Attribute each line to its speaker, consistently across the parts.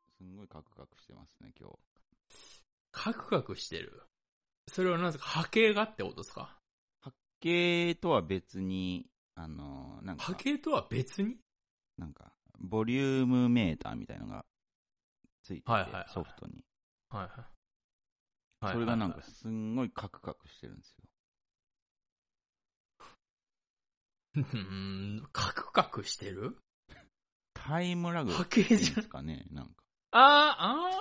Speaker 1: クカクしてますね、今日。
Speaker 2: カクカクしてる。それは何ですか波形がってことですか
Speaker 1: 波形とは別に、あの、なん
Speaker 2: 波
Speaker 1: か、
Speaker 2: 形とは別に
Speaker 1: なんか、ボリュームメーターみたいのがついてて、
Speaker 2: はいはいはい
Speaker 1: ソフトに。
Speaker 2: はいはい。はいはいはい
Speaker 1: それがなんか、すんごいカクカクしてるんですよ。
Speaker 2: うーん、カクカクしてる
Speaker 1: タイムラグ
Speaker 2: 波
Speaker 1: っ
Speaker 2: 形
Speaker 1: ていうん
Speaker 2: じゃ
Speaker 1: で
Speaker 2: ん。
Speaker 1: すかね、なんか。
Speaker 2: あー、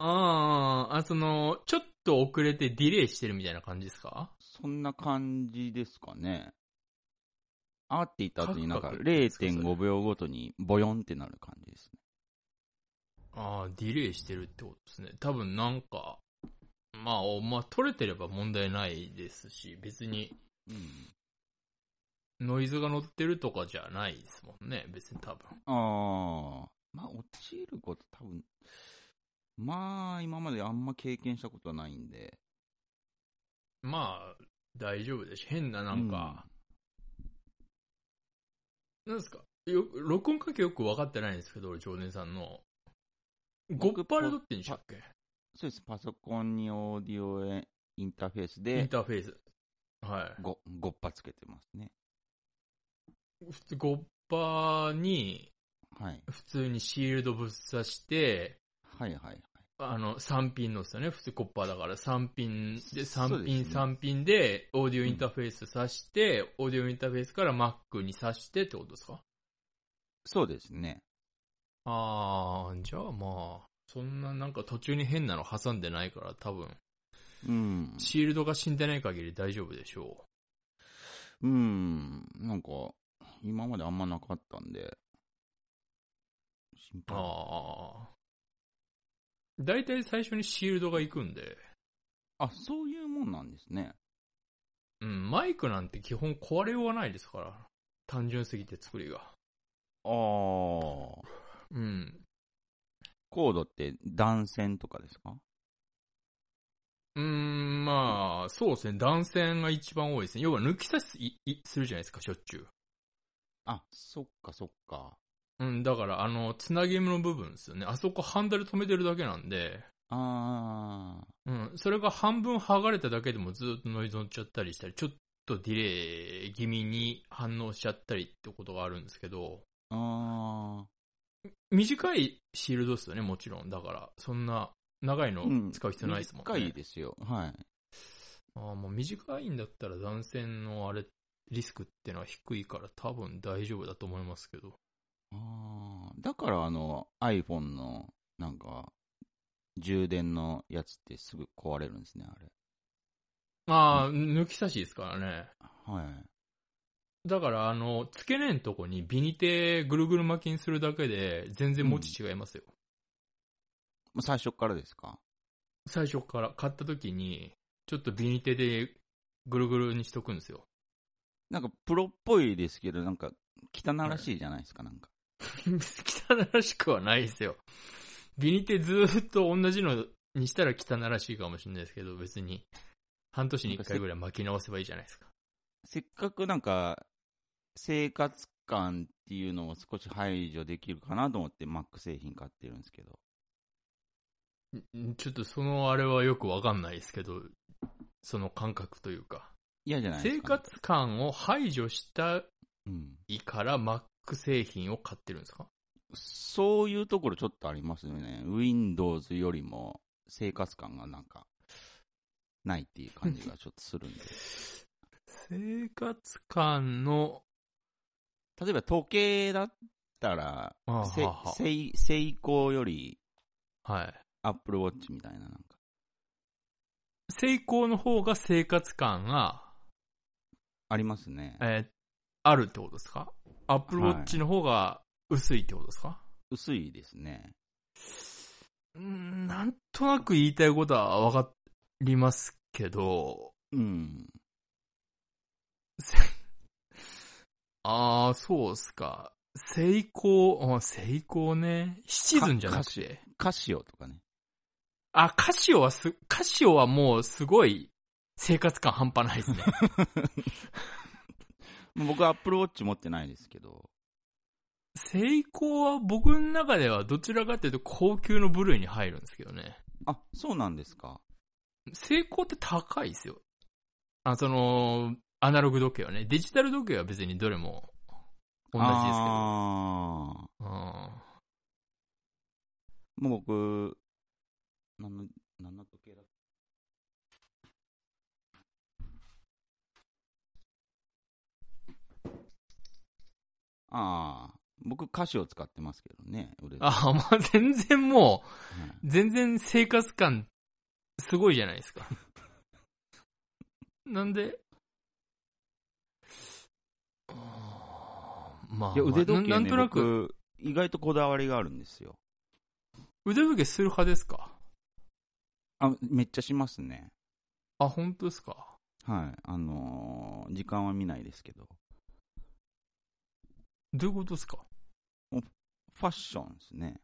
Speaker 2: あー、あー、あ、その、ちょっと遅れてディレイしてるみたいな感じですか
Speaker 1: そんな感じですかね。あーって言った後になんか
Speaker 2: カクカクって言うんですかそれ
Speaker 1: 0.5秒ごとにボヨンってなる感じですね。
Speaker 2: ああ、ディレイしてるってことですね。多分なんか、まあ、おまあ、取れてれば問題ないですし、別に
Speaker 1: うん
Speaker 2: ノイズが乗ってるとかじゃないですもんね、別に多分。
Speaker 1: ああ、まあ、落ちること多分、まあ、今まであんま経験したことはないんで。
Speaker 2: まあ、大丈夫だし、変ななんか、なんですか、よ録音環境よく分かってないんですけど、常連さんの。ゴッパで撮ってんでしたっけ
Speaker 1: うん、そうです。パソコンにオーディオへインターフェース
Speaker 2: イン
Speaker 1: で、
Speaker 2: ターフェース。はい。
Speaker 1: ご、ごっぱつけてますね。
Speaker 2: 普通、ゴッパに、
Speaker 1: はい。
Speaker 2: 普通にシールドぶっ刺して、
Speaker 1: はいはいはい。
Speaker 2: あの、三品のですよね。普通コッパーだから、三品で、
Speaker 1: そうで
Speaker 2: 三
Speaker 1: す
Speaker 2: 品
Speaker 1: ね
Speaker 2: 三品で、オーディオインターフェース挿して、オーディオインターフェースから Mac に挿してってことですか
Speaker 1: そうですね。
Speaker 2: あー、じゃあまあ、そんななんか途中に変なの挟んでないから、多分、
Speaker 1: うん。
Speaker 2: シールドが死んでない限り大丈夫でしょ
Speaker 1: うん。なんか、今まであんまなかったんで、心
Speaker 2: う。
Speaker 1: 配。
Speaker 2: あー。大体最初にシールドが行くんで、
Speaker 1: あ、そういうもんなんですね。
Speaker 2: うん、マイクなんて基本壊れようがないですから。単純すぎて作りが。
Speaker 1: ああ。
Speaker 2: うん。
Speaker 1: コードって断線とかですか
Speaker 2: うーん、まあ、そうですね。断線が一番多いですね。要は抜き差しいいするじゃないですか、しょっちゅう。
Speaker 1: あ、そっかそっか。
Speaker 2: うん、だから、あの、つなぎ目の部分ですよね。あそこハンダル止めてるだけなんで、
Speaker 1: あ
Speaker 2: うん、それが半分剥がれただけでもずっとノイズ乗っちゃったりしたり、ちょっとディレイ気味に反応しちゃったりってことがあるんですけど、
Speaker 1: ー、あ
Speaker 2: 短いシールドですよね、もちろん。だから、そんな、長い
Speaker 1: ー。
Speaker 2: の
Speaker 1: うん
Speaker 2: 使う必要ないですもんね。
Speaker 1: 短いですよ。はい。
Speaker 2: ああ、もう短いんだったら断線のあれ、リスクってのは低いから多分大丈夫だと思いますけど。
Speaker 1: あーだからあの iPhone のなんか充電のやつってすぐ壊れるんですね、あれ。
Speaker 2: ああ、抜き差しですからね。
Speaker 1: はい。
Speaker 2: だから、あの、付け根のとこにビニテぐるぐる巻きにするだけで全然持ち違いますよ。
Speaker 1: もう最初からですか
Speaker 2: 最初から買った時に、ちょっとビニテでぐるぐるにしとくんですよ。
Speaker 1: なんかプロっぽいですけど、なんか汚らしいじゃないですか、なんか。
Speaker 2: 汚らしくはないですよ。ビニテずーっと同じのにしたら汚らしいかもしれないですけど、別に。半年に1回ぐらい巻き直せばいいじゃないですか。
Speaker 1: せっかくなんか生活感っていうのを少し排除できるかなと思って Mac 製品買ってるんですけど。
Speaker 2: んちょっとそのあれはよくわかんないですけど、その感覚というか。
Speaker 1: 嫌じゃないです
Speaker 2: 生
Speaker 1: か、
Speaker 2: 活感を排除した
Speaker 1: うん。
Speaker 2: いから Mac 製品を買ってるんですか
Speaker 1: そういうところちょっとありますよね。Windows よりも生活感がなんか、ないっていう感じがちょっとする んで。
Speaker 2: 生活感の、
Speaker 1: 例えば時計だったら、
Speaker 2: あ
Speaker 1: せ
Speaker 2: はは
Speaker 1: せいセイコーより
Speaker 2: はい。
Speaker 1: Apple Watch みたいななんか。
Speaker 2: 成功の方が生活感が、
Speaker 1: ありますね。
Speaker 2: えーあるってことですか ?Apple
Speaker 1: はい
Speaker 2: Watch の方が薄いってことですか、
Speaker 1: 薄いですね。
Speaker 2: うーんなんとなく言いたいことはわかりますけど、
Speaker 1: うん。
Speaker 2: ああ、そうっすか。成功、うん成功ね。シチズンじゃなくて。
Speaker 1: カシオとかね。
Speaker 2: あ、カシオはす、カシオはもうすごい生活感半端ない ですね。
Speaker 1: 僕は Apple Watch 持ってないですけど。
Speaker 2: セイコーは僕の中ではどちらかというと高級の部類に入るんですけどね。
Speaker 1: あ、そうなんですか。
Speaker 2: セイコーって高いですよ。あ、その、アナログ時計はね。デジタル時計は別にどれも同じですけど。
Speaker 1: あー
Speaker 2: うん
Speaker 1: もう僕、何の、何の時計だああ、僕歌詞を使ってますけどね、売れて
Speaker 2: あ、まあ全然も、
Speaker 1: はいう
Speaker 2: 全然生活感、すごいじゃないですか。 なんで、あーまあ、
Speaker 1: いや、腕時計、
Speaker 2: ま
Speaker 1: ね、
Speaker 2: あなんなんとなく、
Speaker 1: 僕意外とこだわりがあるんですよ。
Speaker 2: 腕時計する派ですか
Speaker 1: あ、めっちゃしますね。
Speaker 2: あ、本当ですか
Speaker 1: はい。あのー時間は見ないですけど。
Speaker 2: どういうことですか
Speaker 1: ファッションですね。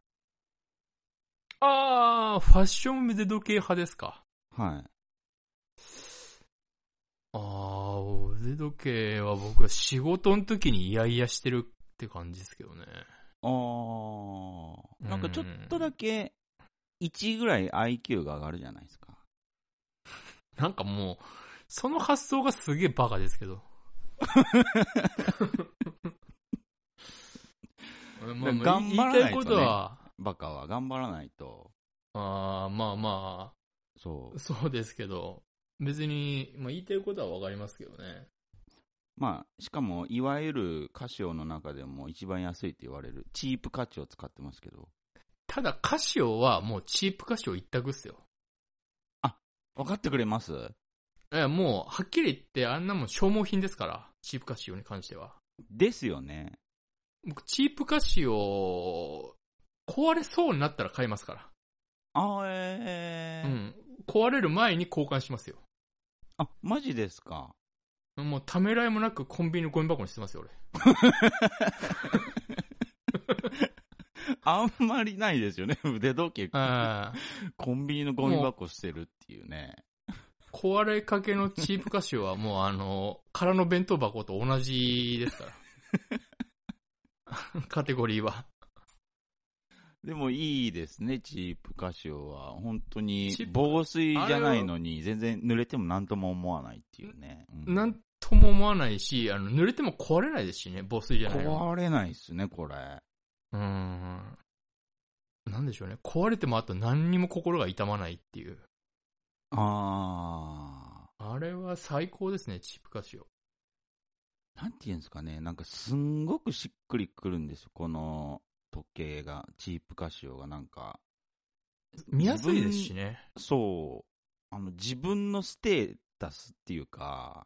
Speaker 2: ああ、ファッション腕時計派ですか
Speaker 1: はい。
Speaker 2: ああ、腕時計は僕は仕事の時にイヤイヤしてるって感じですけどね。
Speaker 1: あー
Speaker 2: うん
Speaker 1: なんかちょっとだけ、1ぐらい IQ が上がるじゃないですか。
Speaker 2: なんかもう、その発想がすげえバカで すけど。まあまあ
Speaker 1: 頑張らないとね
Speaker 2: 言いたいことは、
Speaker 1: バカは頑張らないと。
Speaker 2: あーまあま
Speaker 1: そ
Speaker 2: あ、そうですけど、別に、まあ言いたいことはわかりますけどね。
Speaker 1: う。まあ、しかも、いわゆるカシオの中でも一番安いって言われる、チープ価値を使ってますけど。
Speaker 2: ただ、カシオはもうチープカシオ一択っすよ。
Speaker 1: 分かってくれます
Speaker 2: え、もう、はっきり言ってあんなもん消耗品ですから、チープカシオに関しては。
Speaker 1: ですよね。
Speaker 2: 僕、チープカシオ、壊れそうになったら買いますから。
Speaker 1: あーえ
Speaker 2: う
Speaker 1: ー
Speaker 2: ん。壊れる前に交換しますよ。
Speaker 1: あ、マジですか。
Speaker 2: もうためらいもなくコンビニのゴミ箱にしてますよ、俺。
Speaker 1: あんまりないですよね。 腕時計、
Speaker 2: ああ。
Speaker 1: コンビニのゴミ箱してるっていうね。
Speaker 2: 壊れかけのチープカシオはもうあの、空の弁当箱と同じですから。 カテゴリーは。
Speaker 1: でもいいですね、チープカシオは。本当に
Speaker 2: チー、プ
Speaker 1: 防水じゃないのに、全然濡れても何とも思わないっていうね。う
Speaker 2: なんとも思わないし、あの、濡れても壊れないですしね、防水じゃないの。
Speaker 1: 壊れないですね、これ。
Speaker 2: うーん。なんでしょうね。壊れてもあと何にも心が痛まないっていう。
Speaker 1: あ
Speaker 2: あれは最高ですね、チープカシオ。
Speaker 1: ー。なんていうんですかね、なんかすんごくしっくりくるんですよ、この時計が、チープカシオがなんか。
Speaker 2: 見やすいですしね。
Speaker 1: そう。あの、自分のステータスっていうか、
Speaker 2: は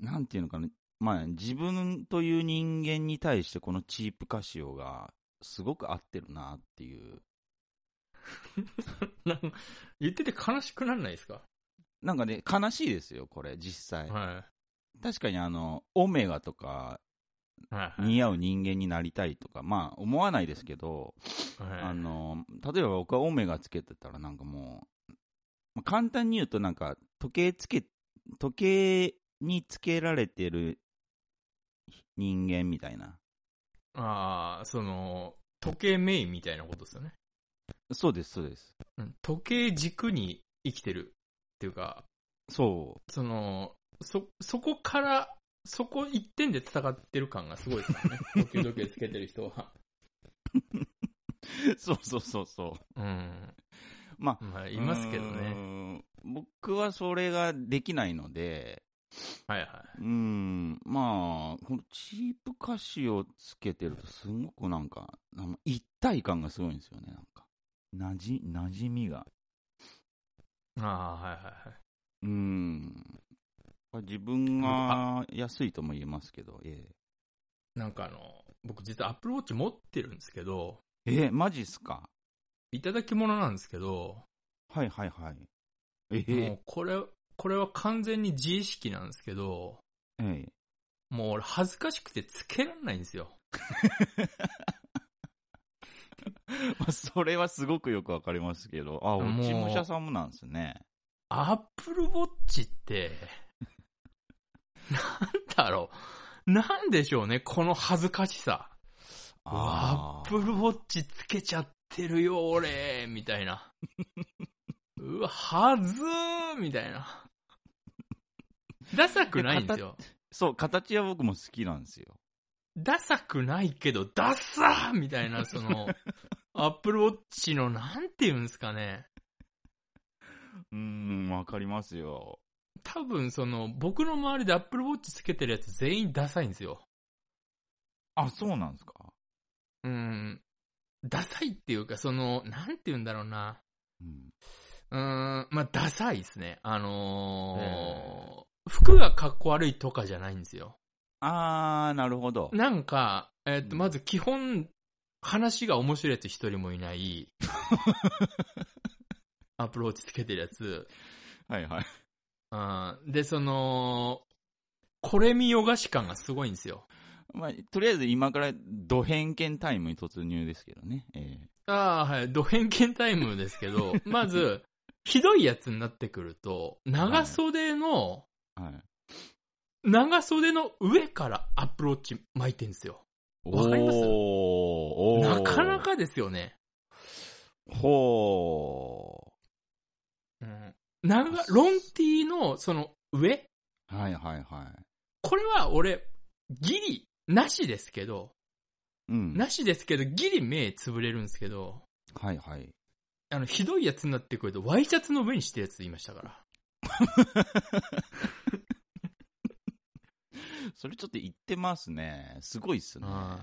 Speaker 2: い。
Speaker 1: なんていうのかな、まあ、自分という人間に対してこのチープカシオが、すごく合ってるなっていう。
Speaker 2: なんか言ってて悲しくなんないですか
Speaker 1: なんかね、悲しいですよ、これ、実際。
Speaker 2: は
Speaker 1: 確かにあの、オメガとか
Speaker 2: い。はい。
Speaker 1: 似合う人間になりたいとか、まあ、思わないですけど、
Speaker 2: はい
Speaker 1: あの、例えば僕はオメガつけてたらなんかもう、まあ簡単に言うとなんか、時計つけ、時計につけられてる人間みたいな。
Speaker 2: ああ、その、時計メインみたいなことですよね。
Speaker 1: そうです、そうです。
Speaker 2: うん時計軸に生きてるっていうか、
Speaker 1: そう。
Speaker 2: その、そ、そこから、そこ一点で戦ってる感がすごいです よね。時計時計つけてる人は。
Speaker 1: そうそうそうそう。
Speaker 2: うん。
Speaker 1: ま
Speaker 2: まあ、いますけど
Speaker 1: うー
Speaker 2: ね。
Speaker 1: ん。僕はそれができないので、
Speaker 2: はいはい。
Speaker 1: うーん、まあ、このチープ歌詞をつけてると、すごくなんか、なんか一体感がすごいんですよね、なんか。なじ、なじみが。
Speaker 2: ああ、はいはいはい。
Speaker 1: うーん。自分が安いとも言えますけど、え
Speaker 2: なんかあの、僕実はアップルウォッチ持ってるんですけど、
Speaker 1: えええマジっすか
Speaker 2: いただき物なんですけど、
Speaker 1: はいはいはい。ええ
Speaker 2: もうこれ、これは完全に自意識なんですけど、
Speaker 1: ええ
Speaker 2: もう俺恥ずかしくてつけられないんですよ。
Speaker 1: まあ、それはすごくよくわかりますけど、あ、
Speaker 2: もう
Speaker 1: 落ち武者さんもなんですね。
Speaker 2: アップルウォッチって、 なんだろう。なんでしょうね、この恥ずかしさ。アップルウォッチつけちゃってるよ、俺みたいな。うわ、はずーみたいな。ダサくないんですよ。
Speaker 1: そう、形は僕も好きなんですよ。
Speaker 2: ダサくないけど、ダッサーみたいな、そ の、アップルウォッチの、なんて言うんですかね。
Speaker 1: うーん、わかりますよ。
Speaker 2: 多分、その、僕の周りでアップルウォッチつけてるやつ全員ダサいんですよ。
Speaker 1: あ、そうなんですか
Speaker 2: うん。ダサいっていうか、その、なんて言うんだろうな。
Speaker 1: うん。
Speaker 2: うーん、まあ、ダサいですね。あのー服がかっこ悪いとかじゃないんですよ。
Speaker 1: あー、なるほど。
Speaker 2: なんか、えっ、
Speaker 1: う
Speaker 2: と、
Speaker 1: ん
Speaker 2: まず基本、話が面白いやつ一人も いない。アプローチつけてるやつ。
Speaker 1: はいはい。
Speaker 2: うんで、その、これ見よがし感がすごいんですよ。
Speaker 1: まあ、とりあえず今から、ド偏見タイムに突入ですけどね。ええ
Speaker 2: ああ、はい。ド偏見タイムですけ ど、まず、ひどいやつになってくると、長袖の、
Speaker 1: はい。
Speaker 2: 長袖の上からアプローチ巻いてんですよ。わかります
Speaker 1: おー
Speaker 2: なかな。かですよね。
Speaker 1: ほ
Speaker 2: うん、長、ロンティーのその上
Speaker 1: ー。はいはいは
Speaker 2: これは俺、ギリ、なしですけど、
Speaker 1: い。うん。
Speaker 2: なしですけど、ギリ目つぶれるんですけど、
Speaker 1: はいはい。
Speaker 2: あの、ひどいやつになってくると、ワイシャツの上にしてるやついましたから。
Speaker 1: それちょっと言ってますね。すごいっすね。
Speaker 2: うん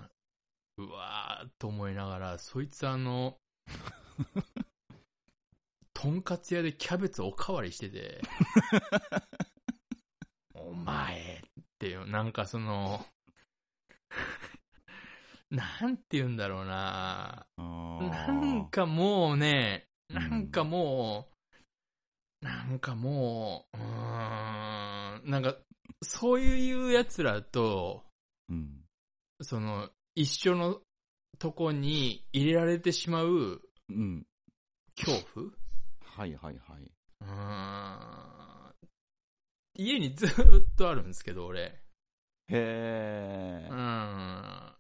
Speaker 2: うわーと思いながら、そいつあの、とんかつ屋でキャベツおかわりしてて、お前っていう、なんかその、なんて言うんだろうなな
Speaker 1: なん
Speaker 2: かもうね、なんかもう、なんかもう、うーん、なんか、そういうやつらと、
Speaker 1: うん。
Speaker 2: その、一緒のとこに入れられてしまう
Speaker 1: うん。
Speaker 2: 恐怖
Speaker 1: はいはいはい。
Speaker 2: うーん。家にずっとあるんですけど、俺。
Speaker 1: へ
Speaker 2: う
Speaker 1: ー。
Speaker 2: ーん。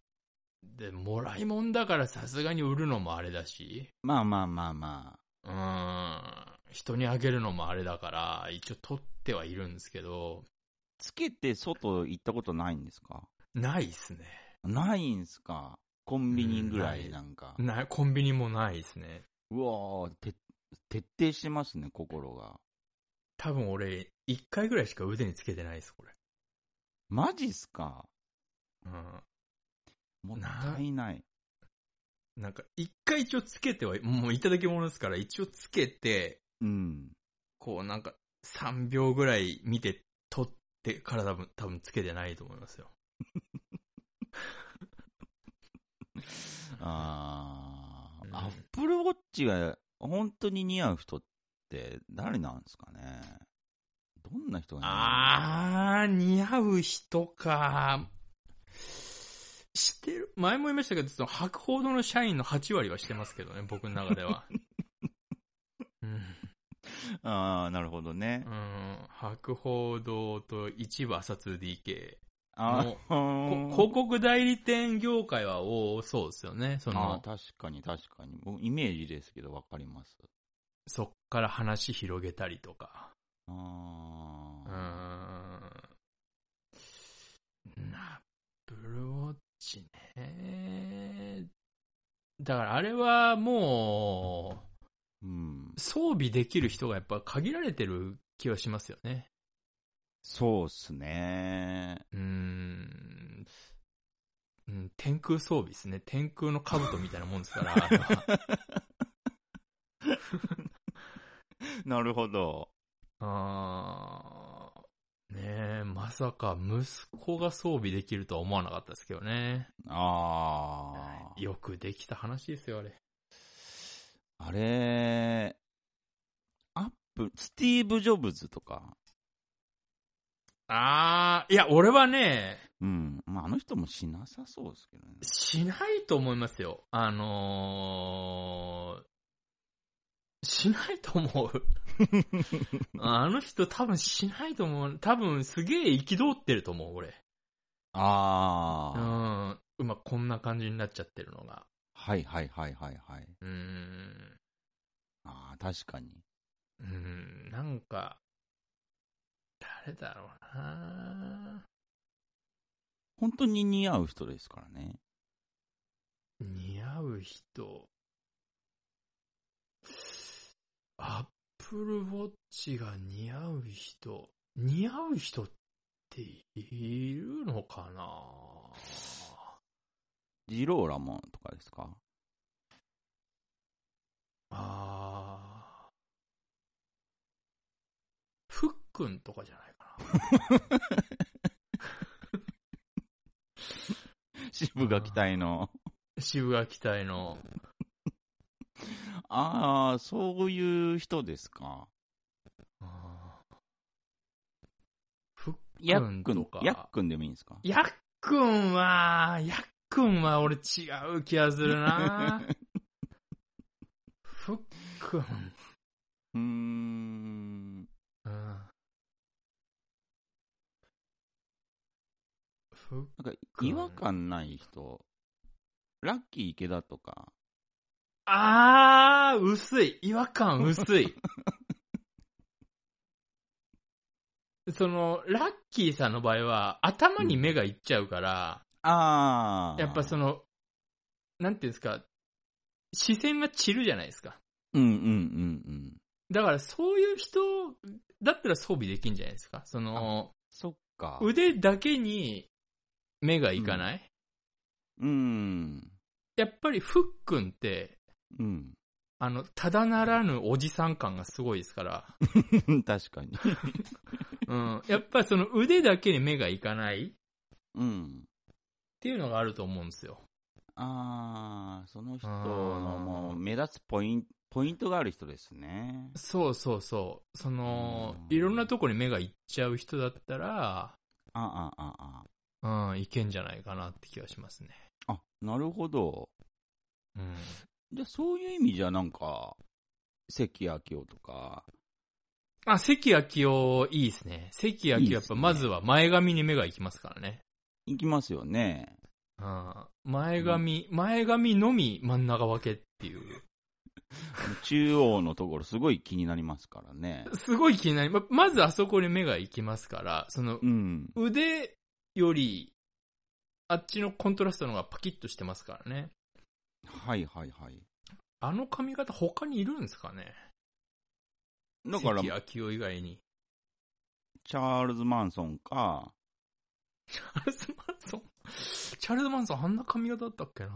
Speaker 2: で、もらいもんだからさすがに売るのもあれだし、
Speaker 1: まあまあまあま
Speaker 2: うーん。人にあげるのもあれだから、一応取ってはいるんですけど、
Speaker 1: あ。つけて外行ったことないんですか
Speaker 2: ないっすね。
Speaker 1: ないんすかコンビニぐら
Speaker 2: う
Speaker 1: い
Speaker 2: ん
Speaker 1: なんか。
Speaker 2: ない、コンビニもないですね。
Speaker 1: うわー、て、徹底してますね、心が。
Speaker 2: 多分俺、一回ぐらいしか腕につけてないです、これ。
Speaker 1: マジっすか
Speaker 2: う
Speaker 1: もったいない。
Speaker 2: ん。なんか、一回一応つけては、もういただき物ですから、一応つけて、
Speaker 1: うん。
Speaker 2: こうなんか、3秒ぐらい見て、取ってから多分、多分つけてないと思いますよ。
Speaker 1: あー、
Speaker 2: うん
Speaker 1: アップルウォッチが本当に似合う人って誰なんですかねどんな人が似合う
Speaker 2: あー、似合う人か。してる。前も言いましたけど、その白報堂の社員の8割はしてますけどね、僕の中で は。うん
Speaker 1: あー、なるほどね
Speaker 2: う。ん、白報堂と一部朝 2DK。
Speaker 1: あー
Speaker 2: こ
Speaker 1: こ
Speaker 2: 広告代理店業界は多そうですよね。そ
Speaker 1: あ
Speaker 2: の、
Speaker 1: ー確かに確かに。僕イメージですけど分かります。
Speaker 2: そっから話広げたりとか。
Speaker 1: あ
Speaker 2: うーん。
Speaker 1: ー
Speaker 2: な、ブルーウォッチね。だからあれはも
Speaker 1: うん
Speaker 2: う、。装備できる人がやっぱ限られてる気はしますよね。
Speaker 1: そうっすね。
Speaker 2: うーん。うん、天空装備ですね。天空の兜みたいなもんですから。あれ は
Speaker 1: なるほど。
Speaker 2: あーねえ、まさか息子が装備できるとは思わなかったですけどね。
Speaker 1: あー。
Speaker 2: よくできた話ですよ、あれ。
Speaker 1: あれ、アップ、スティーブ・ジョブズとか。
Speaker 2: あー、いや、俺はね、
Speaker 1: うん。まあ、あの人もしなさそうですけどね。
Speaker 2: しないと思いますよ。あのー、しないと思 う。あの人多分しないと思う。多分すげえ憤ってると思う、俺。
Speaker 1: あ
Speaker 2: う
Speaker 1: あ。
Speaker 2: ん。今こんな感じになっちゃってるのが。
Speaker 1: はいはいはいはいはい。
Speaker 2: うーん。
Speaker 1: ああ、確かに。
Speaker 2: うーん、なんか、誰だろうな
Speaker 1: 本当に似合う人ですからね。
Speaker 2: 似合う人。アップルウォッチが似合う人。似合う人っているのかな
Speaker 1: ジローラモンとかですか
Speaker 2: あー。ふっくんとかじゃないか
Speaker 1: 渋垣隊の。
Speaker 2: な。渋垣隊の。
Speaker 1: ああ、そういう人ですか。
Speaker 2: あーふっ
Speaker 1: ヤ
Speaker 2: く
Speaker 1: ッ
Speaker 2: ん
Speaker 1: クン
Speaker 2: とか。
Speaker 1: ヤックンでもいいんですか
Speaker 2: やっくんは、やっくんは俺違う気がする なふっくん。
Speaker 1: うーん。
Speaker 2: うんふっ
Speaker 1: なんか違和感ない人。ラッキー池田とか。
Speaker 2: あー、薄い。違和感薄い。その、ラッキーさんの場合は、頭に目がいっちゃうから、
Speaker 1: ああ。
Speaker 2: やっぱその、なんていうんですか、視線が散るじゃないですか。
Speaker 1: うんうんうんうん。
Speaker 2: だからそういう人だったら装備できんじゃないですか。その、
Speaker 1: そっか。
Speaker 2: 腕だけに目がいかない、
Speaker 1: うん。
Speaker 2: やっぱりふっくんって、
Speaker 1: うん。
Speaker 2: あの、ただならぬおじさん感がすごいです から、
Speaker 1: 確かに。
Speaker 2: うん。やっぱりその腕だけに目がいかないっ
Speaker 1: うん。
Speaker 2: ていうのがあると思うんですよ。
Speaker 1: ああ、その人
Speaker 2: あ
Speaker 1: の
Speaker 2: ー
Speaker 1: もう目立つポインポイントがある人ですね。
Speaker 2: そうそうそう。その、
Speaker 1: うん
Speaker 2: いろんなとこに目がいっちゃう人だったら、
Speaker 1: ああ、ああ、
Speaker 2: うん、いけんじゃないかなって気がしますね。
Speaker 1: ああ。なるほど。
Speaker 2: うん。
Speaker 1: じゃあそういう意味じゃなんか、関明夫とか、
Speaker 2: あ、関明夫、いいですね。関明夫、やっぱまずは前髪に目がいきますからね。
Speaker 1: 行きますよね。
Speaker 2: うん前髪、前髪のみ真ん中分けっていう。
Speaker 1: あの中央のところすごい気になりますからね。
Speaker 2: すごい気になり、ま、まずあそこに目が行きますから、その
Speaker 1: うん。
Speaker 2: 腕より、あっちのコントラストの方がパキッとしてますからね。
Speaker 1: はいはいはい。
Speaker 2: あの髪型他にいるんですかね
Speaker 1: だから、
Speaker 2: 関
Speaker 1: チ
Speaker 2: 明夫以外に。
Speaker 1: ャールズ・マンソンか、
Speaker 2: チャールズ・マンソン。チャールズ・マンソンあんな髪型だったっけな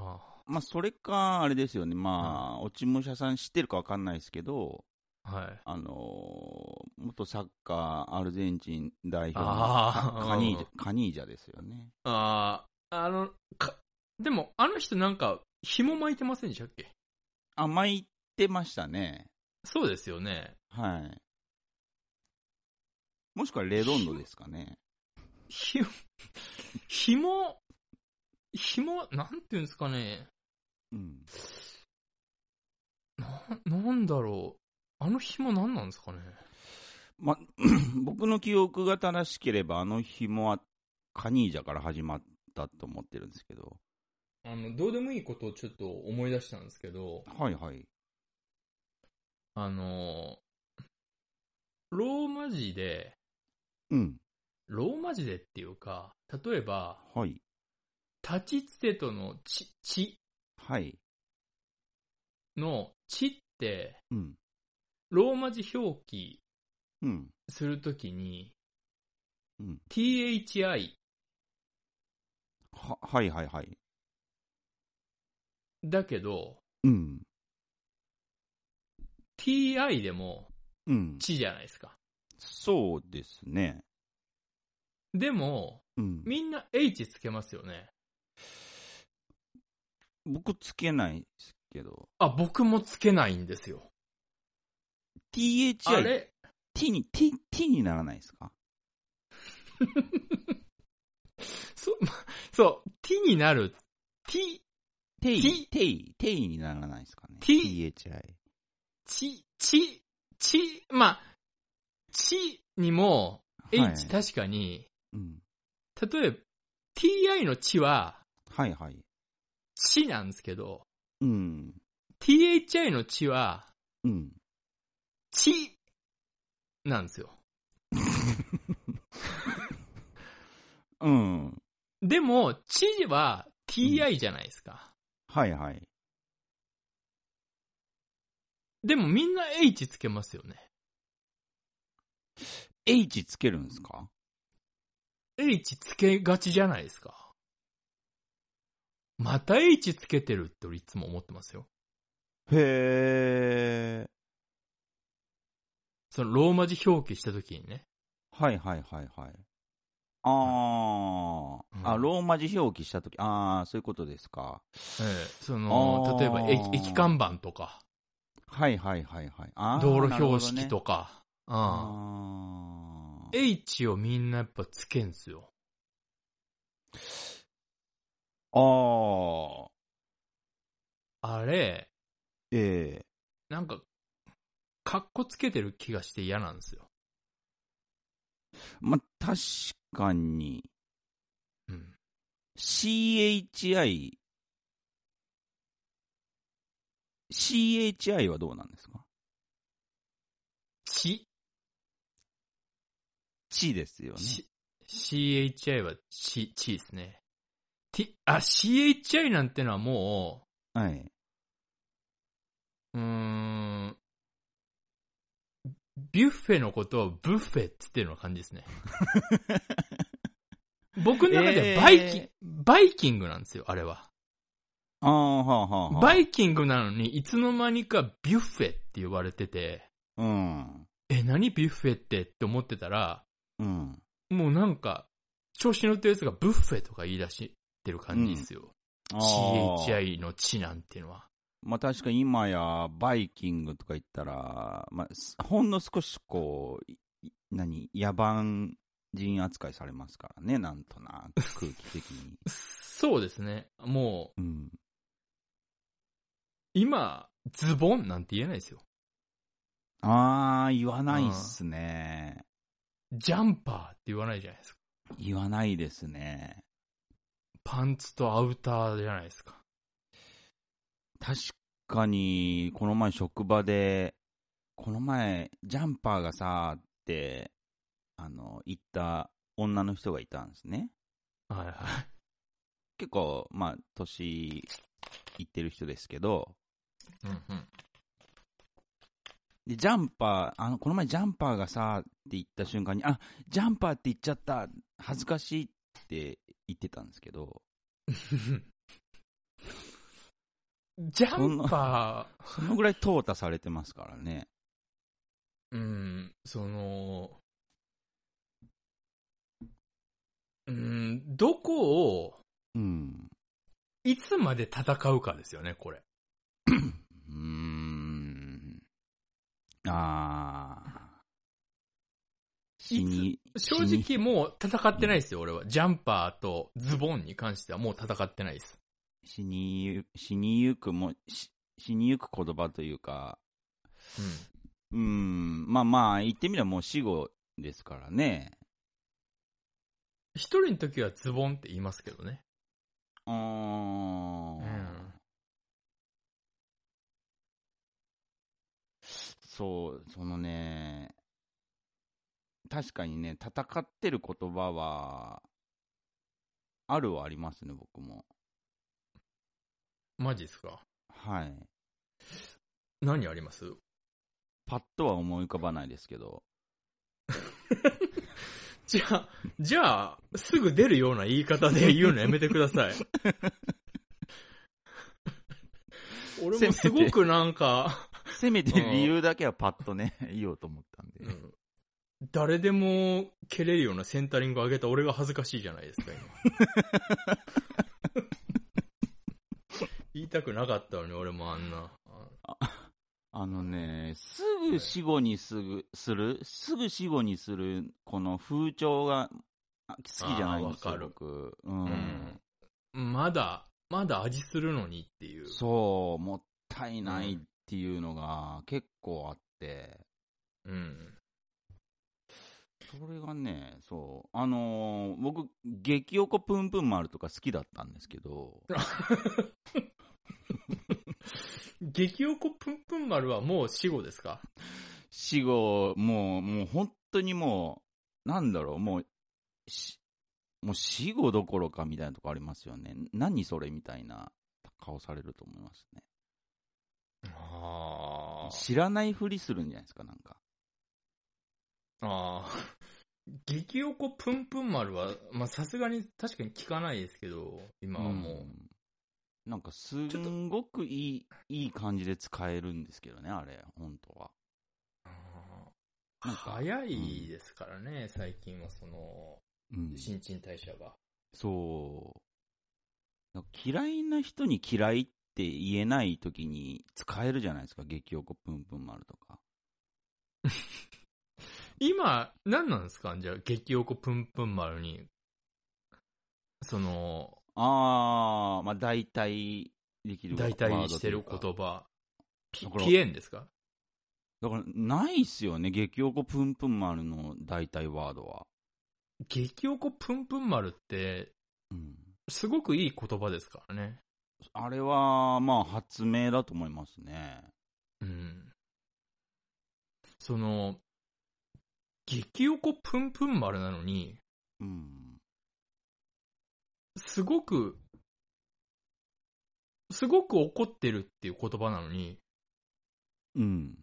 Speaker 1: まあそれか、あれですよね。まあ、落ち武者さん知ってるかわかんないですけど、
Speaker 2: はい。
Speaker 1: あのー元サッカーアルゼンチン代表の
Speaker 2: あー
Speaker 1: カカニージ
Speaker 2: う
Speaker 1: ャカニージャですよね。
Speaker 2: ああ、あの、か、でもあの人なんか紐巻いてませんでしたっけ
Speaker 1: あ、巻いてましたね。
Speaker 2: そうですよね。
Speaker 1: はい。もしくはレドンドですかね。
Speaker 2: ひ、ひも、ひも、なんていうんですかね。
Speaker 1: うん。
Speaker 2: な、なんだろう。あのひもなんなんですかね。
Speaker 1: ま、 僕の記憶が正しければ、あの紐はカニージャから始まったと思ってるんですけど。
Speaker 2: あの、どうでもいいことをちょっと思い出したんですけど、
Speaker 1: はいはい。
Speaker 2: あの、ローマ字で、
Speaker 1: うん。
Speaker 2: ローマ字でっていうか、例えば、
Speaker 1: はい。
Speaker 2: タチツテとのチ、チ
Speaker 1: はい。
Speaker 2: のチって、
Speaker 1: うん。
Speaker 2: ローマ字表記
Speaker 1: うん。
Speaker 2: するときに、
Speaker 1: うん
Speaker 2: thi
Speaker 1: は、はいはいはい。
Speaker 2: だけど、
Speaker 1: うん。
Speaker 2: ti でも、
Speaker 1: うん。
Speaker 2: ちじゃないですか。
Speaker 1: そうですね。
Speaker 2: でも、
Speaker 1: うん。
Speaker 2: みんな H つけますよね。
Speaker 1: 僕つけないですけど。
Speaker 2: あ、僕もつけないんですよ。あ
Speaker 1: THI、
Speaker 2: れ
Speaker 1: T に、T、T にならないですか
Speaker 2: そ、まそう、t になる。t、
Speaker 1: ?T、
Speaker 2: T
Speaker 1: T、T にならないですかね
Speaker 2: T
Speaker 1: ?THI。
Speaker 2: ち、ち、ち、まあ、ちにも、
Speaker 1: はい
Speaker 2: H 確かに、
Speaker 1: うん。
Speaker 2: 例えば、ti のちは、
Speaker 1: はいはい。
Speaker 2: 地なんですけど、
Speaker 1: うん。
Speaker 2: THI の地は、
Speaker 1: うん。
Speaker 2: 地なんですよ。
Speaker 1: うん。
Speaker 2: でも、地は TI じゃないですか。
Speaker 1: はいはい。
Speaker 2: でもみんな H つけますよね。
Speaker 1: H つけるんですか
Speaker 2: H つけがちじゃないですか。また H つけてるって俺いつも思ってますよ。
Speaker 1: へえ。
Speaker 2: そのローマ字表記した時にね。
Speaker 1: はいはいはいはい。あー、
Speaker 2: うん
Speaker 1: あ、ローマ字表記したとき、あー、そういうことですか。
Speaker 2: ええその、
Speaker 1: あー
Speaker 2: 例えば駅駅看板とか、
Speaker 1: はいはいはいはい。あー
Speaker 2: 道路標識とか、
Speaker 1: なるほ
Speaker 2: うん。
Speaker 1: どねあー
Speaker 2: H をみんなやっぱつけんすよ。
Speaker 1: あー、
Speaker 2: あれ、
Speaker 1: ええ
Speaker 2: なんか、かっこつけてる気がして嫌なんですよ。
Speaker 1: ま、確かに、
Speaker 2: うん。
Speaker 1: CHI、CHI はどうなんですか
Speaker 2: ち、
Speaker 1: 地ですよね。
Speaker 2: ち、CHI はち、ちですね。T、あ、CHI なんてのはもう、
Speaker 1: はい。
Speaker 2: うーん。ビュッフェのことをブッフェって言ってるような感 じですね。僕の中ではバイキン、
Speaker 1: えー
Speaker 2: バイキングなんですよ、あれは。
Speaker 1: あー、はあ、はあ、はあ。
Speaker 2: バイキングなのに、いつの間にかビュッフェって呼ばれてて、
Speaker 1: うん。
Speaker 2: え、何ビュッフェってって思ってたら、
Speaker 1: うん。
Speaker 2: もうなんか、調子乗ってるやつがブッフェとか言い出してる感じですよ。
Speaker 1: あー
Speaker 2: CHI の地なんていうのは。
Speaker 1: まあ確かに今やバイキングとか言ったら、まあ、すほんの少しこう、いい何、野蛮人扱いされますからね、なんとなく空気的に。
Speaker 2: そうですね。もう、
Speaker 1: うん。
Speaker 2: 今、ズボンなんて言えないですよ。
Speaker 1: あー、言わないっすね。
Speaker 2: ジャンパーって言わないじゃないですか。
Speaker 1: 言わないですね。
Speaker 2: パンツとアウターじゃないですか。
Speaker 1: 確かに、この前職場で、この前、ジャンパーがさ、って、あの、言った女の人がいたんですね。
Speaker 2: はいはい。
Speaker 1: 結構、まあ、年いってる人ですけど、
Speaker 2: うんうん。
Speaker 1: で、ジャンパー、あの、この前ジャンパーがさ、って言った瞬間に、あ、ジャンパーって言っちゃった、恥ずかしいって言ってたんですけど、
Speaker 2: ジャンパ
Speaker 1: そのぐらい淘汰されてますからね。
Speaker 2: ー、うん、その、うん、どこを、
Speaker 1: うん。
Speaker 2: いつまで戦うかですよね、これ。
Speaker 1: うーん。あー。死に、
Speaker 2: 正
Speaker 1: 死に、
Speaker 2: 直もう戦ってないですよ、俺は。ジャンパーとズボンに関してはもう戦ってないです。
Speaker 1: 死にゆ、死にゆくも、し死にゆく言葉というか、うーん、まあまあ、言ってみればもう死後ですからね。
Speaker 2: 一人の時はズボンって言いますけどね。
Speaker 1: うーん。
Speaker 2: うん
Speaker 1: そう、そのね、確かにね、戦ってる言葉は、あるはありますね、僕も。
Speaker 2: マジですか
Speaker 1: はい。
Speaker 2: 何あります
Speaker 1: パッとは思い浮かばないですけど。
Speaker 2: じゃあ、じゃあ、すぐ出るような言い方で言うのやめてください。 俺もすごくなんか、
Speaker 1: せめて
Speaker 2: うん
Speaker 1: 理由だけはパッとね、 言おうと思ったんで。
Speaker 2: うん誰でも蹴れるようなセンタリング上げた俺が恥ずかしいじゃないですか、今。言いたくなかったのに、俺もあんな。
Speaker 1: あのね、すぐ死後にすぐ、する、すぐ死後にする、この風潮があ好きじゃないんです
Speaker 2: あ
Speaker 1: よ、
Speaker 2: ーわ
Speaker 1: 僕。うん。
Speaker 2: うん。まだ、まだ味するのにっていう。
Speaker 1: そう、もったいないっていうのが結構あって、
Speaker 2: うん。
Speaker 1: それがね、そう、あのー僕、激おこぷんぷん丸とか好きだったんですけど、
Speaker 2: 激おこぷんぷん丸はもう死後ですか
Speaker 1: 死後、もう、もう本当にもう、なんだろう、もう、しもう死後どころかみたいなとこありますよね。何それみたいな顔されると思いますね。
Speaker 2: あ
Speaker 1: 知らないふりするんじゃないですか、なんか。
Speaker 2: ああ。激おこぷんぷん丸は、まあさすがに確かに聞かないですけど、今はもう。
Speaker 1: んなんか、すんごくいい、いい感じで使えるんですけどね、あれ、本当は。
Speaker 2: あー早いですからね、最近はその、
Speaker 1: うん
Speaker 2: 新陳代謝が。
Speaker 1: そう。嫌いな人に嫌いって言えないときに使えるじゃないですか、激おこぷんぷん丸とか。
Speaker 2: 今、何なんですかじゃあ、激おこぷんぷん丸に。その、
Speaker 1: あー、まあ大体できる
Speaker 2: 代替してる
Speaker 1: ワードとい
Speaker 2: 言
Speaker 1: うか。
Speaker 2: 葉。ピ
Speaker 1: だから
Speaker 2: ピエンですか
Speaker 1: だから、ないっすよね、激おこぷんぷん丸の代替ワードは。
Speaker 2: 激おこぷんぷん丸って、
Speaker 1: うん。
Speaker 2: すごくいい言葉ですからね。
Speaker 1: あれは、まあ発明だと思いますね。
Speaker 2: うん。その、激おこぷんぷん丸なのに、
Speaker 1: うん。
Speaker 2: すごく、すごく怒ってるっていう言葉なのに、
Speaker 1: うん。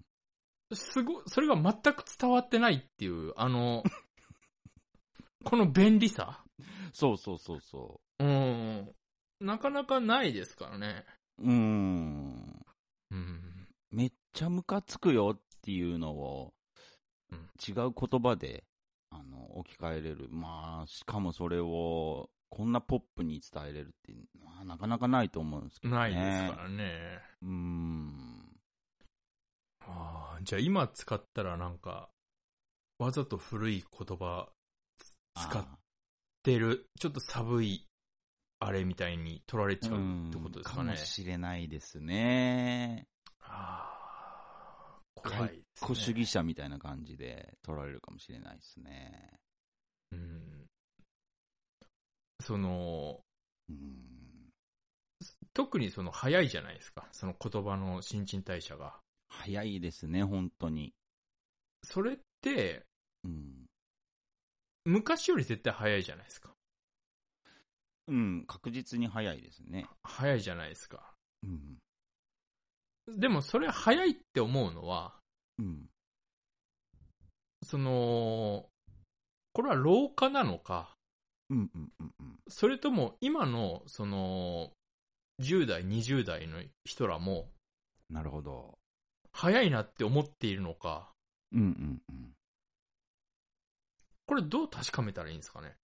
Speaker 2: すご、それが全く伝わってないっていう、あの、 この便利さ。
Speaker 1: そうそうそうそ
Speaker 2: うん。なかなかないですからね。
Speaker 1: う。うん。
Speaker 2: うん。
Speaker 1: めっちゃムカつくよっていうのを、
Speaker 2: うん
Speaker 1: 違う言葉であの置き換えれる、まあ、しかもそれをこんなポップに伝えれるって、まあなかなかないと思うんですけどね。
Speaker 2: ないですからね。
Speaker 1: うーん。
Speaker 2: ああ、じゃあ今使ったらなんか、わざと古い言葉使っ
Speaker 1: あ
Speaker 2: てる、ちょっと寒い、あれみたいに取られち
Speaker 1: ー
Speaker 2: ゃうってことですか
Speaker 1: うん
Speaker 2: ね
Speaker 1: も。しれないですね。
Speaker 2: ああ、怖いですね。
Speaker 1: 古主義者みたいな感じで取られるかもしれないですね。
Speaker 2: うんその、
Speaker 1: うん。
Speaker 2: 特にその早いじゃないですか。その言葉の新陳代謝が。
Speaker 1: 早いですね、本当に。
Speaker 2: それって、
Speaker 1: うん。
Speaker 2: 昔より絶対早いじゃないですか。
Speaker 1: うん、確実に早いですね。
Speaker 2: 早いじゃないですか。
Speaker 1: うん。
Speaker 2: でもそれ早いって思うのは、
Speaker 1: うん。
Speaker 2: その、これは老化なのか、
Speaker 1: うんうんうんうん。
Speaker 2: それとも今の、その、10代、20代の人らも、
Speaker 1: なるほど。
Speaker 2: 早いなって思っているのか、
Speaker 1: うんうんうん。
Speaker 2: これどう確かめたらいいんですかね。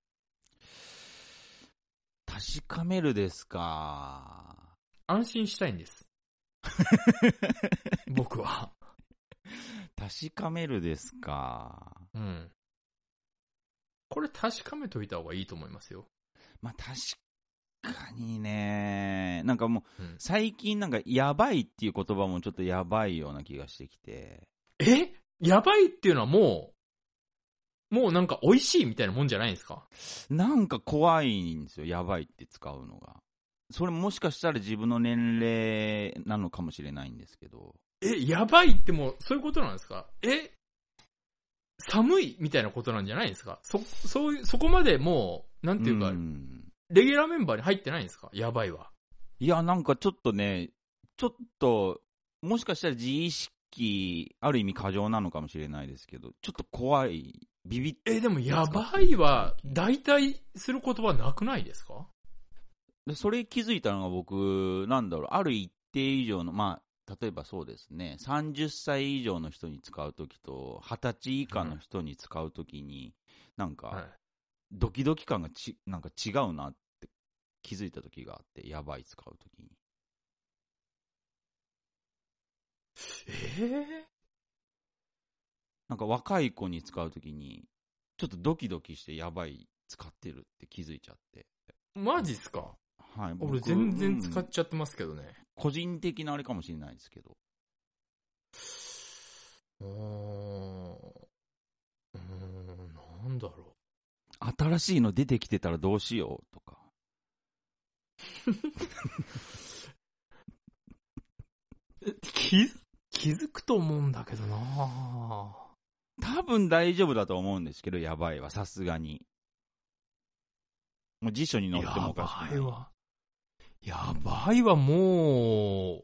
Speaker 1: 確かめるですか。
Speaker 2: 安心したいんです。僕は。
Speaker 1: 確かめるですか。
Speaker 2: うん。これ確かめといた方がいいと思いますよ。
Speaker 1: まあ確かにね。なんかもう
Speaker 2: うん、
Speaker 1: 最近なんかやばいっていう言葉もちょっとやばいような気がしてきて。
Speaker 2: えやばいっていうのはもう、もうなんか美味しいみたいなもんじゃないんですか
Speaker 1: なんか怖いんですよ。やばいって使うのが。それもしかしたら自分の年齢なのかもしれないんですけど。
Speaker 2: え、やばいってもうそういうことなんですかえ寒いみたいなことなんじゃないんですかそ、そういう、そこまでもう、なんていうか、
Speaker 1: ん
Speaker 2: レギュラーメンバーに入ってないんですかやばいは。
Speaker 1: いや、なんかちょっとね、ちょっと、もしかしたら自意識、ある意味過剰なのかもしれないですけど、ちょっと怖い、ビビっ
Speaker 2: え、でもやばいは、代替する言葉なくないですか
Speaker 1: でそれ気づいたのが僕、なんだろう、ある一定以上の、まあ、例えばそうですね、30歳以上の人に使うときと、20歳以下の人に使うときに、なん
Speaker 2: はい
Speaker 1: か、。ドキドキ感がち、なんか違うなって気づいたときがあって、やばい使うときに。
Speaker 2: えー
Speaker 1: なんか若い子に使うときに、ちょっとドキドキしてやばい使ってるって気づいちゃって。
Speaker 2: マジっすか
Speaker 1: はい、僕
Speaker 2: 俺全然使
Speaker 1: う
Speaker 2: っ
Speaker 1: ん
Speaker 2: ちゃってますけどね。
Speaker 1: 個人的なあれかもしれないですけど。
Speaker 2: うーん。うーん、
Speaker 1: 新しいの出てきてたらどうしようとか。
Speaker 2: 気づ、気づくと思うんだけどな
Speaker 1: 多分大丈夫だと思うんですけど、やばいわ、さすがに。もう辞書に載ってもおかしくない。
Speaker 2: やばいわ。やばいわ、も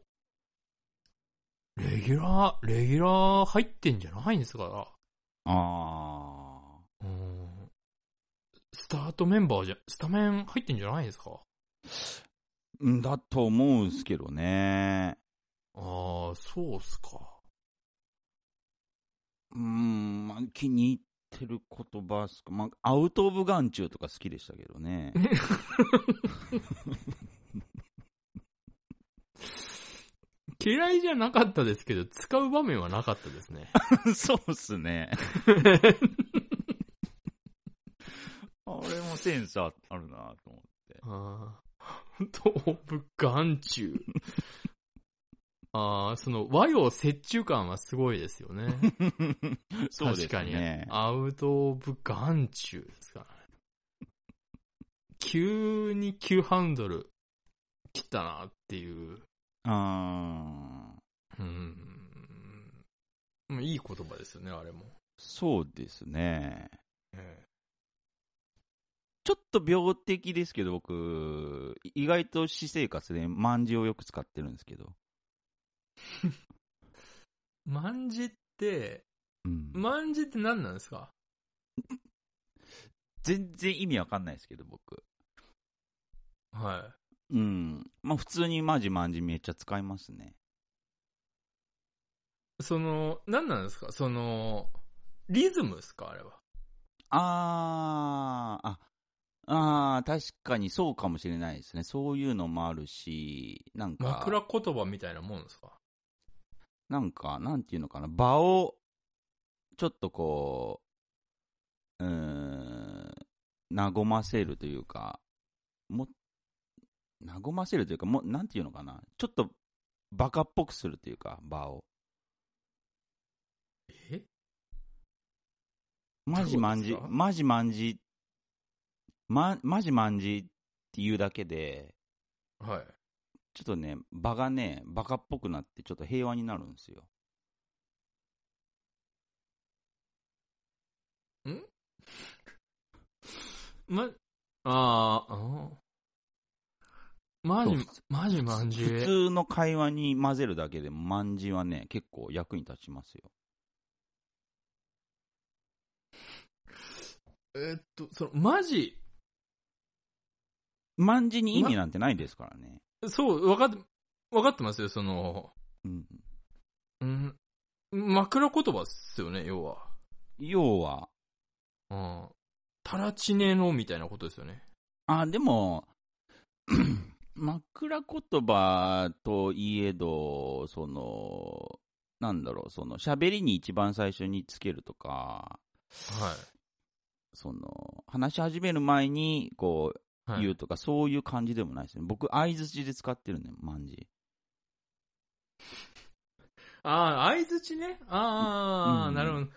Speaker 2: う、レギュラー、レギュラー入ってんじゃないんですか
Speaker 1: ああ。
Speaker 2: ら。うん。スタートメンバーじゃ、スタメン入ってんじゃないですか
Speaker 1: うんだと思うんすけどね。
Speaker 2: ああ、そうっすか。
Speaker 1: うーん、まあ、気に入ってる言葉っすか。まあ、アウト・オブ・ガンチューとか好きでしたけど ね。
Speaker 2: 嫌いじゃなかったですけど、使う場面はなかったですね。
Speaker 1: そうっすね。あれもセンスあるなと思って。
Speaker 2: あー東部眼中。ああ、その和洋折衷感はすごいですよね。
Speaker 1: そうですね。
Speaker 2: 確かに。アウト・オブ・ガンチューですからね。急に急ハンドル来たなっていう。
Speaker 1: あー
Speaker 2: うん。まあいい言葉ですよね、あれも。
Speaker 1: そうですね。
Speaker 2: え
Speaker 1: ちょっと病的ですけど、僕、意外と私生活で万字をよく使ってるんですけど。
Speaker 2: え、万字って、
Speaker 1: うん
Speaker 2: 万字って何なんですか
Speaker 1: 全然意味わかんないですけど、僕。
Speaker 2: は
Speaker 1: うん。まあ普通にマジマンジめっちゃ使いますね。
Speaker 2: い。その、何なんですかその、リズムですかあれは。
Speaker 1: あー、あ、あー、確かにそうかもしれないですね。そういうのもあるし、なんか、
Speaker 2: 枕言葉みたいなもんですか
Speaker 1: なんか、なんていうのかな、場を、ちょっとこう、うーん、和ませるというか、も、和ませるというか、も、なんていうのかな、ちょっと、バカっぽくするというか、場を。
Speaker 2: え
Speaker 1: マジマン
Speaker 2: どうい
Speaker 1: ジ
Speaker 2: うことです、か
Speaker 1: マジマンジ、ま、マジマンジっていうだけで、
Speaker 2: はい。
Speaker 1: ちょっとね、場がね、バカっぽくなって、ちょっと平和になるんですよ。
Speaker 2: ま、あーあー、マ
Speaker 1: そう
Speaker 2: ジ
Speaker 1: っす、
Speaker 2: マジまんじゅ
Speaker 1: 普
Speaker 2: う。
Speaker 1: 通の会話に混ぜるだけで、マンジはね、結構役に立ちますよ。
Speaker 2: えっと、その、マジ、
Speaker 1: 万字に意味なんてないですからね。
Speaker 2: そう、わかっ、わかってますよ、その、
Speaker 1: うん、
Speaker 2: うん、枕言葉っすよね、要は。
Speaker 1: 要は、
Speaker 2: うん。たらちねえの、みたいなことですよね。
Speaker 1: あ、でも、 枕言葉といえど、その、なんだろう、その、喋りに一番最初につけるとか、
Speaker 2: はい。
Speaker 1: その、話し始める前に、こう、
Speaker 2: はい、
Speaker 1: 言うとか、そういう感じでもないですね。僕、相づちで使ってるね、万字。
Speaker 2: ああ、相づちね。ああ、
Speaker 1: うん
Speaker 2: なるほど。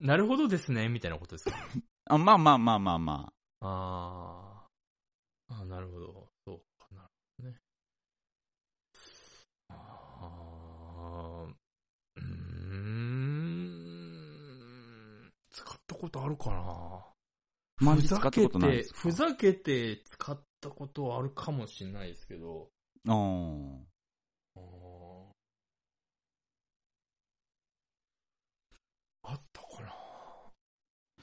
Speaker 2: なるほどですね、みたいなことですか。
Speaker 1: あ、まあまあまあまあまあ。
Speaker 2: あーあー、なるほど。そうかなるほどね。あーうーん。使ったことあるかな
Speaker 1: 万字使ったことないですか
Speaker 2: ふざけて、ふざけて使ったことはあるかもしれないですけど。
Speaker 1: あー
Speaker 2: あーあったかな
Speaker 1: あ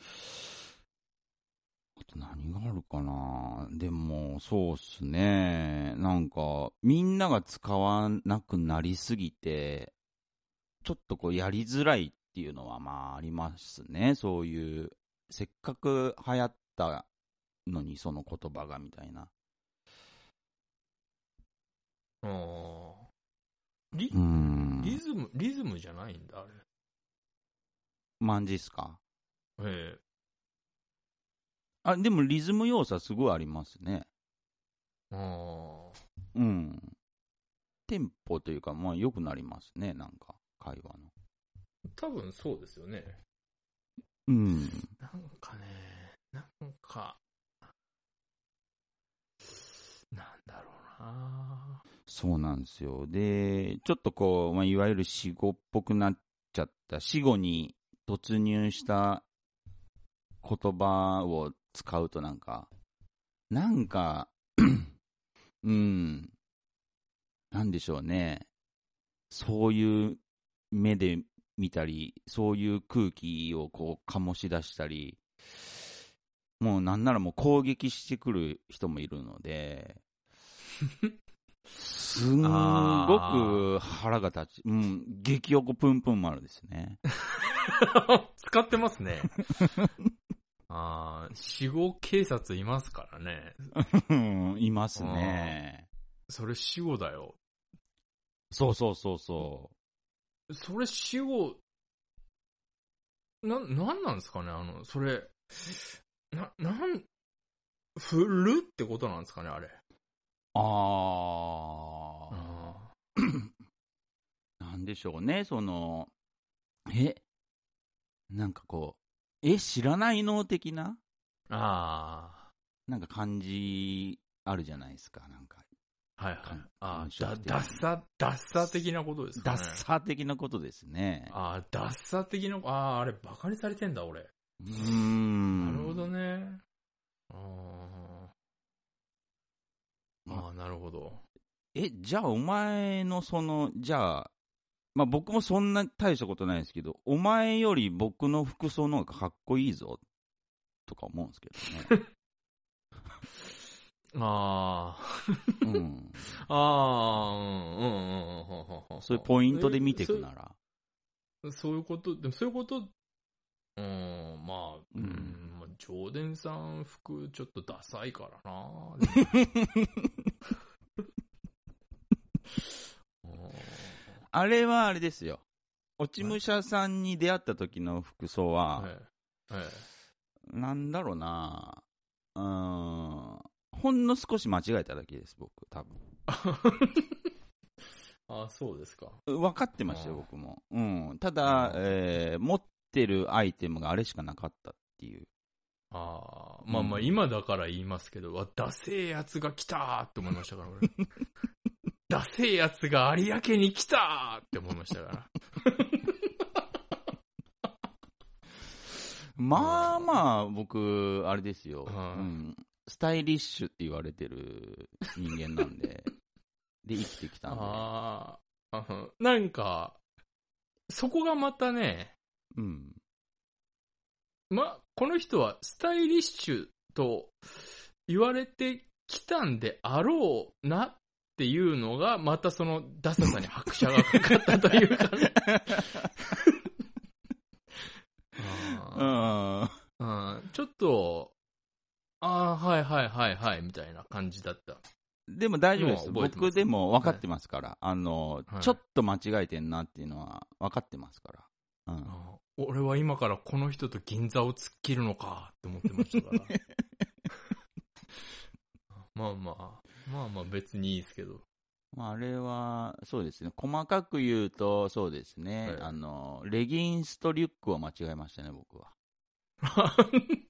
Speaker 1: と何があるかなでも、そうっすね。なんか、みんなが使わなくなりすぎて、ちょっとこう、やりづらいっていうのは、まあ、ありますね。そういう、せっかく流行ったのに、その言葉が、みたいな。
Speaker 2: あーリ
Speaker 1: うー
Speaker 2: リ
Speaker 1: ん。
Speaker 2: ズム、リズムじゃないんだ、あれ。
Speaker 1: 万字っすか
Speaker 2: え
Speaker 1: あ、でもリズム要素はすごいありますね。
Speaker 2: えああ。
Speaker 1: うん。テンポというか、まあ、良くなりますね。なんか、会話の。
Speaker 2: 多分そうですよね。
Speaker 1: うん。
Speaker 2: なんかね、なんか、な
Speaker 1: そうなんですよ。で、ちょっとこう、まあ、いわゆる死後っぽくなっちゃった、死後に突入した言葉を使うとなんか、なんか、 うん、なんでしょうね。そういう目で見たり、そういう空気をこう醸し出したり、もうなんならもう攻撃してくる人もいるので、すんごく腹が立ち、うん、激おこぷんぷん丸ですね。
Speaker 2: 使ってますね。ああ、死後警察いますからね。
Speaker 1: うんいますね。
Speaker 2: それ死後だよ。
Speaker 1: そうそうそうそ
Speaker 2: それ死後、な、なんなんですかねあの、それ、な、なん、振るってことなんですかねあれ。
Speaker 1: う。あ
Speaker 2: あ
Speaker 1: あ、なんでしょうね、その、え、なんかこう、え、知らないの的な
Speaker 2: あ
Speaker 1: なんか感じあるじゃないですか、なんか。
Speaker 2: ー。はいはい
Speaker 1: 感。
Speaker 2: あ
Speaker 1: 感
Speaker 2: ー
Speaker 1: 触
Speaker 2: だ、
Speaker 1: 的な
Speaker 2: ダッサ、ダッサ的なことですか
Speaker 1: ダ
Speaker 2: ね。
Speaker 1: ッサー的なことですね。
Speaker 2: ああ、ダッサ的な、ああ、あれ、バカにされてんだ、俺。
Speaker 1: うーん。
Speaker 2: なるほどね。ああ。ああ、なるほど。
Speaker 1: え、じゃあお前のその、じゃあ、まあ僕もそんな大したことないですけど、お前より僕の服装の方がかっこいいぞ、とか思うんですけどね。
Speaker 2: あ
Speaker 1: うん、
Speaker 2: あ。ああ、うん、うん、うんほうほうほう。
Speaker 1: そういうポイントで見ていくなら。
Speaker 2: え。そそういうこと、でもそういうこと、うん、まあ、う
Speaker 1: うん
Speaker 2: ん、まあ、ジョーデンさん服、ちょっとダサいからな。 でも
Speaker 1: あれはあれですよ。落ち武者さんに出会った時の服装
Speaker 2: ああ
Speaker 1: は、
Speaker 2: えええ
Speaker 1: なんだろうなうーん、ほんの少し間違えただけです、僕、多分。
Speaker 2: えああ、そうですか。
Speaker 1: 分かってましたよ、
Speaker 2: あー
Speaker 1: 僕も。うん。ただ
Speaker 2: あー、
Speaker 1: えー持ってるアイテムがあれしかなかったっていう。
Speaker 2: ああ、まあまあ
Speaker 1: うん
Speaker 2: 今だから言いますけど、わ、ダセえやつが来たーって思いましたから、 俺。ダセえやつが有明に来たーって思いましたから。
Speaker 1: まあまあ、僕、あれですよ、う
Speaker 2: はい
Speaker 1: ん。スタイリッシュって言われてる人間なん で、で、生きてきたんで。
Speaker 2: ああー、うんなんか、そこがまたね、
Speaker 1: うん。
Speaker 2: ま、この人はスタイリッシュと言われてきたんであろうなっていうのが、またそのダサさに拍車がかかったというかね。あー
Speaker 1: うん。
Speaker 2: うんちょっと、ああ、はいはいはいはい、みたいな感じだった。
Speaker 1: でも大丈夫で
Speaker 2: も
Speaker 1: す。
Speaker 2: う覚えてます
Speaker 1: 僕でも分かってますから、あの、
Speaker 2: はい
Speaker 1: ちょっと間違えてんなっていうのは分かってますから。うん。
Speaker 2: あー俺は今からこの人と銀座を突っ切るのか、って思ってましたから。まあまあ、まあまあ別にいいですけど。
Speaker 1: まあ、あれは、そうですね。細かく言うと、そうですね。
Speaker 2: はい
Speaker 1: あの、レギンスとリュックを間違えましたね、僕は。
Speaker 2: あ
Speaker 1: うん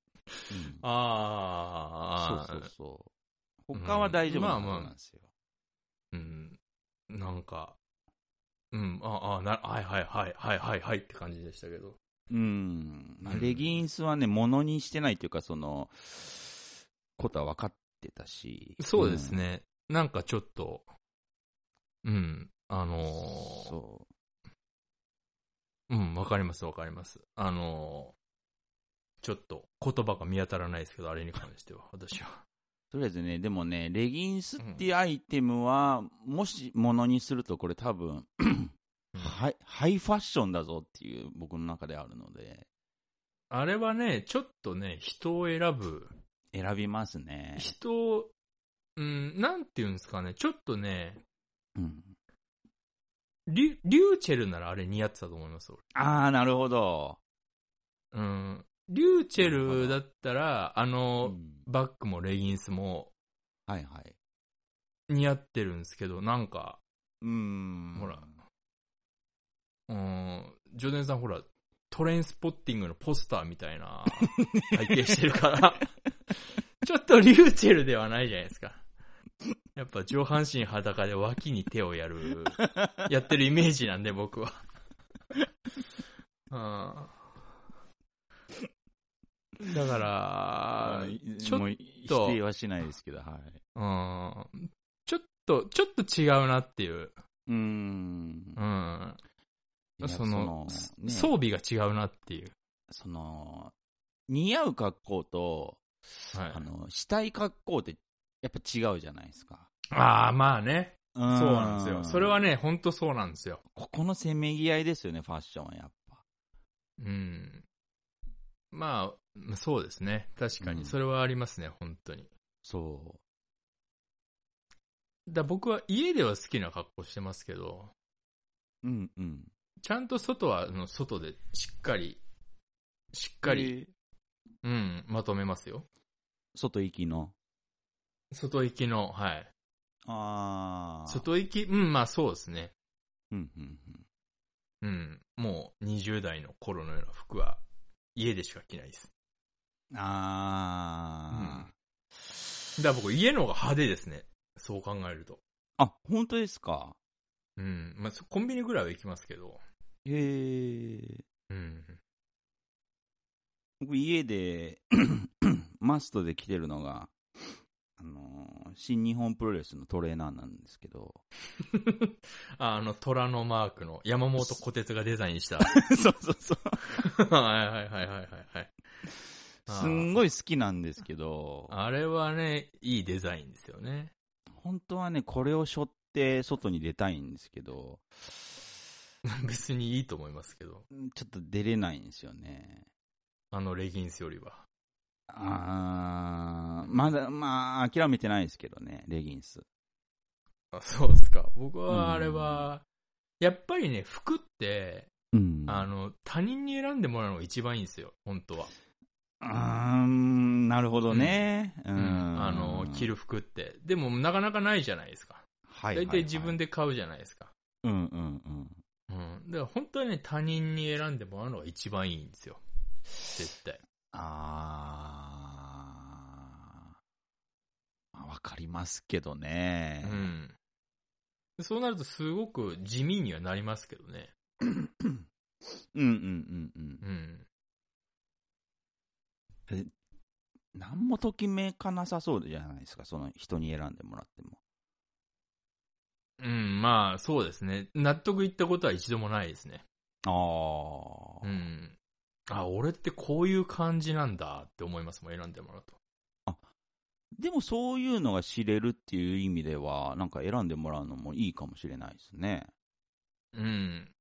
Speaker 2: あ、
Speaker 1: そうそうそう。他は大丈夫な
Speaker 2: うんまあまあ
Speaker 1: 方なんですよ。
Speaker 2: うん。なんか、うん、ああ、な、はいはいはいはいはいはいって感じでしたけど。
Speaker 1: うん。まあ
Speaker 2: うん
Speaker 1: レギンスはね、ものにしてないというか、その、ことは分かってたし。
Speaker 2: そうですね。なんかちょっと、うん、あ
Speaker 1: うん。
Speaker 2: のー
Speaker 1: そ
Speaker 2: うん、わかります、わかります。あのーちょっと言葉が見当たらないですけど、あれに関しては、私は。
Speaker 1: う。とりあえずね、でもね、レギンスっていうアイテムは、もしものにすると、これ多分、ハイ、ハイファッションだぞっていう、僕の中であるので、
Speaker 2: あれはね、ちょっとね、人を選ぶ、
Speaker 1: 選びますね。
Speaker 2: 人を、うん、なんていうんですかね、ちょっとね、
Speaker 1: うん。
Speaker 2: リュリューチェルならあれ似合ってたと思います、俺
Speaker 1: あー、なるほど。
Speaker 2: うん。リューチェルだったら、あ
Speaker 1: う
Speaker 2: の、
Speaker 1: ん
Speaker 2: バッグもレギンスも
Speaker 1: はいはい。
Speaker 2: 似合ってるんですけど、なんか、
Speaker 1: うーん。
Speaker 2: ほらうん、ジョーデンさんほら、トレインスポッティングのポスターみた いな体型してるから、ちょっとリューチェルではないじゃないですか。やっぱ上半身裸で脇に手をやる、やってるイメージなんで 僕は。うん。だから、ちょっと
Speaker 1: もう否定はしないですけど、はい。
Speaker 2: うん。ちょっと、ちょっと違うなっていう。
Speaker 1: うーん
Speaker 2: う。ん。
Speaker 1: いや
Speaker 2: その、
Speaker 1: ね
Speaker 2: 装備が違うなっていう。
Speaker 1: その、似合う格好と、
Speaker 2: はい
Speaker 1: あ、の、したい格好って、やっぱ違うじゃないですか。
Speaker 2: ああ、まあね。
Speaker 1: そう
Speaker 2: そうなんですよ。それは、ね、ほんとそうなんですよ。
Speaker 1: ここのせめぎ合いですよね、ファッションはやっぱ。
Speaker 2: うん。まあ、そうですね。確か
Speaker 1: うん
Speaker 2: に。それはありますね、本当に。
Speaker 1: そ
Speaker 2: だ僕は家では好きな格好してますけど、
Speaker 1: う。うんうん。
Speaker 2: ちゃんと外は、あの外でしっかり、しっかり、
Speaker 1: えー。
Speaker 2: うん、まとめますよ。
Speaker 1: 外行きの。
Speaker 2: 外行きの、はい。
Speaker 1: ああ。。
Speaker 2: 外行き、うん、まあそうですね。
Speaker 1: うんうん
Speaker 2: うん、もう20代の頃のような服は、家でしか着ないです。
Speaker 1: うん。ああ。
Speaker 2: だから僕、家の方が派手ですね。そう考えると。
Speaker 1: あ、本当ですか。
Speaker 2: うん、まあそコンビニぐらいは行きますけど、
Speaker 1: へえ。
Speaker 2: うん。
Speaker 1: 僕家で マストで着てるのが、あのー新日本プロレスのトレーナーなんですけど
Speaker 2: ああの、虎のマークの山本小鉄がデザイン した。
Speaker 1: そうそうそう
Speaker 2: はいはいはいはいはいはい。
Speaker 1: すん
Speaker 2: い。
Speaker 1: ごい好きなんですけど
Speaker 2: あれはね、いいデザインですよね。
Speaker 1: 本当はねこれを背負って外に出たいんですけど
Speaker 2: 別にいいと思いますけど。
Speaker 1: ちょっと出れないんですよね
Speaker 2: あのレギンスよりは。
Speaker 1: あーまだまあ諦めてないですけどねレギンス
Speaker 2: あそうですか。僕
Speaker 1: うん
Speaker 2: はあれは、やっぱりね、服って、
Speaker 1: うん
Speaker 2: あの、他人に選んでもらうのが一番いいんですよ、本当は。
Speaker 1: あーんなるほどねうん、
Speaker 2: あの、着る服って。でも、なかなかないじゃないですか。
Speaker 1: はいはい、
Speaker 2: 大
Speaker 1: はい、
Speaker 2: 体自分で買うじゃないですか。
Speaker 1: うんうんうん
Speaker 2: うん。だから本当はね、他人に選んでもらうのが一番いいんですよ。絶対。
Speaker 1: あーまあ、わかりますけどね
Speaker 2: う。ん。そうなるとすごく地味にはなりますけどね。
Speaker 1: うん、うん、うんうん
Speaker 2: うん。
Speaker 1: 何もときめかなさそうじゃないですか、その人に選んでもらっても。
Speaker 2: うん、まあ、そうですね。納得いったことは一度もないですね。
Speaker 1: あ
Speaker 2: う
Speaker 1: ー、
Speaker 2: ん。あ、俺ってこういう感じなんだって思いますもん、選んでもらうと。
Speaker 1: でもそういうのが知れるっていう意味では、なんか選んでもらうのもいいかもしれないですね。
Speaker 2: うん。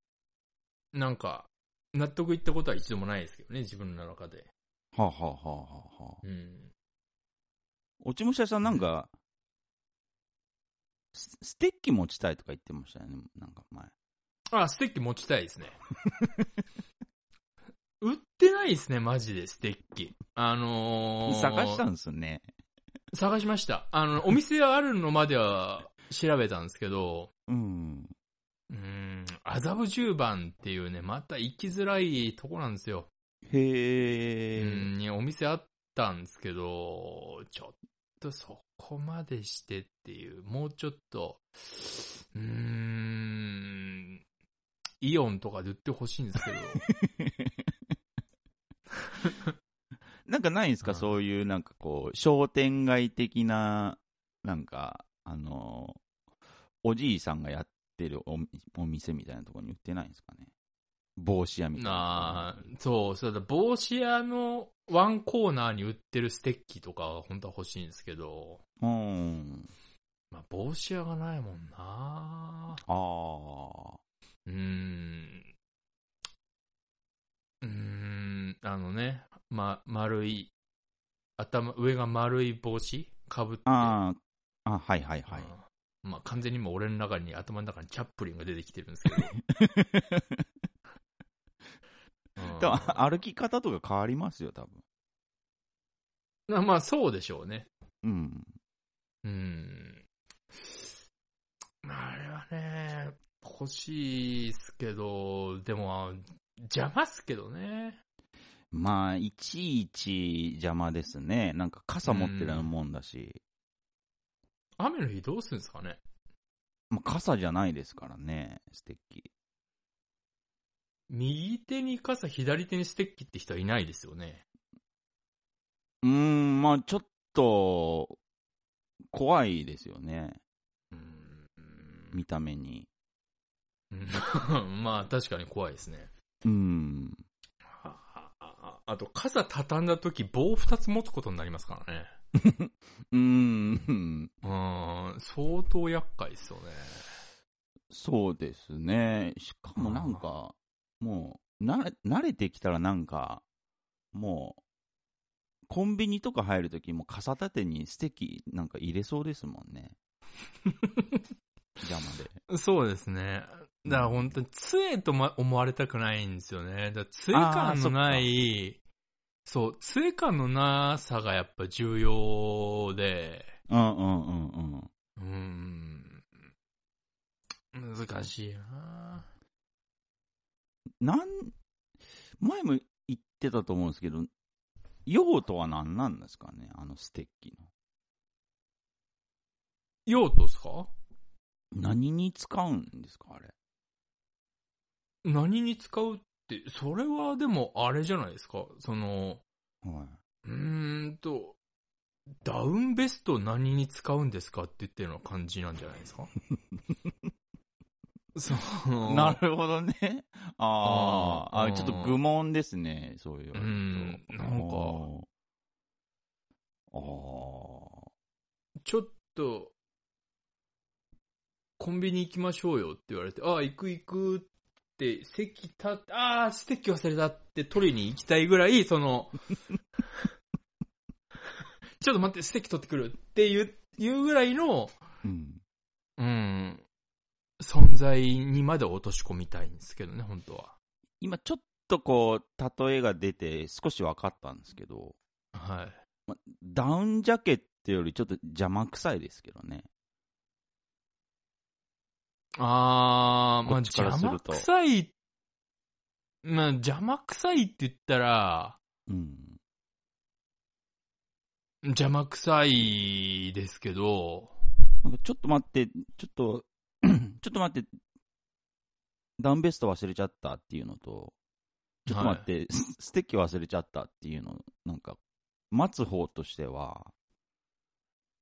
Speaker 2: なんか、納得いったことは一度もないですけどね、自分の中で。
Speaker 1: はあ、はあはあはあはあ、
Speaker 2: うん。
Speaker 1: 落ち武者さんなんか、スステッキ持ちたいとか言ってましたよね、なんか前。
Speaker 2: あ、ステッキ持ちたいですね。 売ってないですね、マジで、ステッキ。あのー、
Speaker 1: 探したんですね。
Speaker 2: 探しました。あの、お店があるのまでは調べたんですけど、
Speaker 1: うん。
Speaker 2: うーん、麻布十番っていうね、また行きづらいとこなんですよ。う
Speaker 1: へえ。
Speaker 2: ん、にお店あったんですけど、ちょっとそこまでしてっていう、もうちょっと、うーん、イオンとかで売ってほしいんですけど、
Speaker 1: なんかないんですか、
Speaker 2: うん
Speaker 1: そういうなんかこう、商店街的な、なんか、あのーおじいさんがやってるおお店みたいなところに売ってないんですかね。帽子屋みたい
Speaker 2: な
Speaker 1: な。
Speaker 2: あそう、そうだ、帽子屋のワンコーナーに売ってるステッキとかが本当は欲しいんですけど、
Speaker 1: うん。
Speaker 2: まあ、帽子屋がないもんな
Speaker 1: ああ。
Speaker 2: うーん。うーん、あのね、ま、丸い、頭、上が丸い帽子かぶって。
Speaker 1: ああ。あ、はいはいはい。
Speaker 2: うんまあ、完全にもう俺の中に、頭の中にチャップリンが出てきてるんです けど。うん
Speaker 1: でも 歩き方とか変わりますよ、多分。
Speaker 2: なまあ、そうでしょうね。
Speaker 1: うん。
Speaker 2: うん。まあ、あれはね、欲しいっすけど、でも、邪魔っすけどね。
Speaker 1: まあ、いちいち邪魔ですね。なんか傘持ってるようなもんだし。
Speaker 2: 雨の日どうするんですかね
Speaker 1: まあ、傘じゃないですからね、ステッキ。
Speaker 2: 右手に傘、左手にステッキって人はいないですよね。
Speaker 1: うーん、まあちょっと、怖いですよね、
Speaker 2: うーん
Speaker 1: 見た目に。
Speaker 2: うん。 まあ確かに怖いですね。
Speaker 1: うん。
Speaker 2: あああと傘畳んだ時棒二つ持つことになりますからね。
Speaker 1: うーん、
Speaker 2: うーん、相当厄介ですよね。
Speaker 1: そうですね。しかもなんか、もう、慣れ、慣れてきたらなんか、もう、コンビニとか入るときも傘立てにステッキなんか入れそうですもん ね。邪魔で。
Speaker 2: そうですね。だから本当に杖とま思われたくないんですよね。だから杖感のない、そう、杖感のなさがやっぱ重要で、
Speaker 1: うんうんうんうん。
Speaker 2: うーん、難しいな
Speaker 1: なん、前も言ってたと思うんですけど、用途は何なんですかね、あのステッキの。
Speaker 2: 用途ですか
Speaker 1: 何に使うんですか、あれ。
Speaker 2: 何に使うって、それはでもあれじゃないですかその、
Speaker 1: は
Speaker 2: うーんと、ダウンベスト何に使うんですかって言ってるような感じなんじゃないです かそ
Speaker 1: い、
Speaker 2: の
Speaker 1: なるほどね。ああ、
Speaker 2: うん
Speaker 1: あちょっと愚問ですね、そういう。
Speaker 2: うんなんか。
Speaker 1: あー
Speaker 2: ちょっと、コンビニ行きましょうよって言われて、ああ、行く行くって、席立って、ああ、ステッキ忘れたって取りに行きたいぐらい、その、ちょっと待って、ステッキ取ってくるっていう、いうぐらいの、
Speaker 1: うん。
Speaker 2: うん、存在にまで落とし込みたいんですけどね、本当は。
Speaker 1: 今ちょっとこう、例えが出て少し分かったんですけど、
Speaker 2: はい。
Speaker 1: ダウンジャケットよりちょっと邪魔くさいですけどね。
Speaker 2: あー、ま
Speaker 1: こ
Speaker 2: あ
Speaker 1: っちからす
Speaker 2: 邪
Speaker 1: る
Speaker 2: 魔
Speaker 1: と
Speaker 2: くさい、まあ邪魔くさいって言ったら、
Speaker 1: うん。
Speaker 2: 邪魔くさいですけど、
Speaker 1: なんかちょっと待って、ちょっと、 ちょっと待って、ダウンベスト忘れちゃったっていうのと、ちょっと待って、スステッキ忘れちゃったっていうの、なんか、待つ方としては、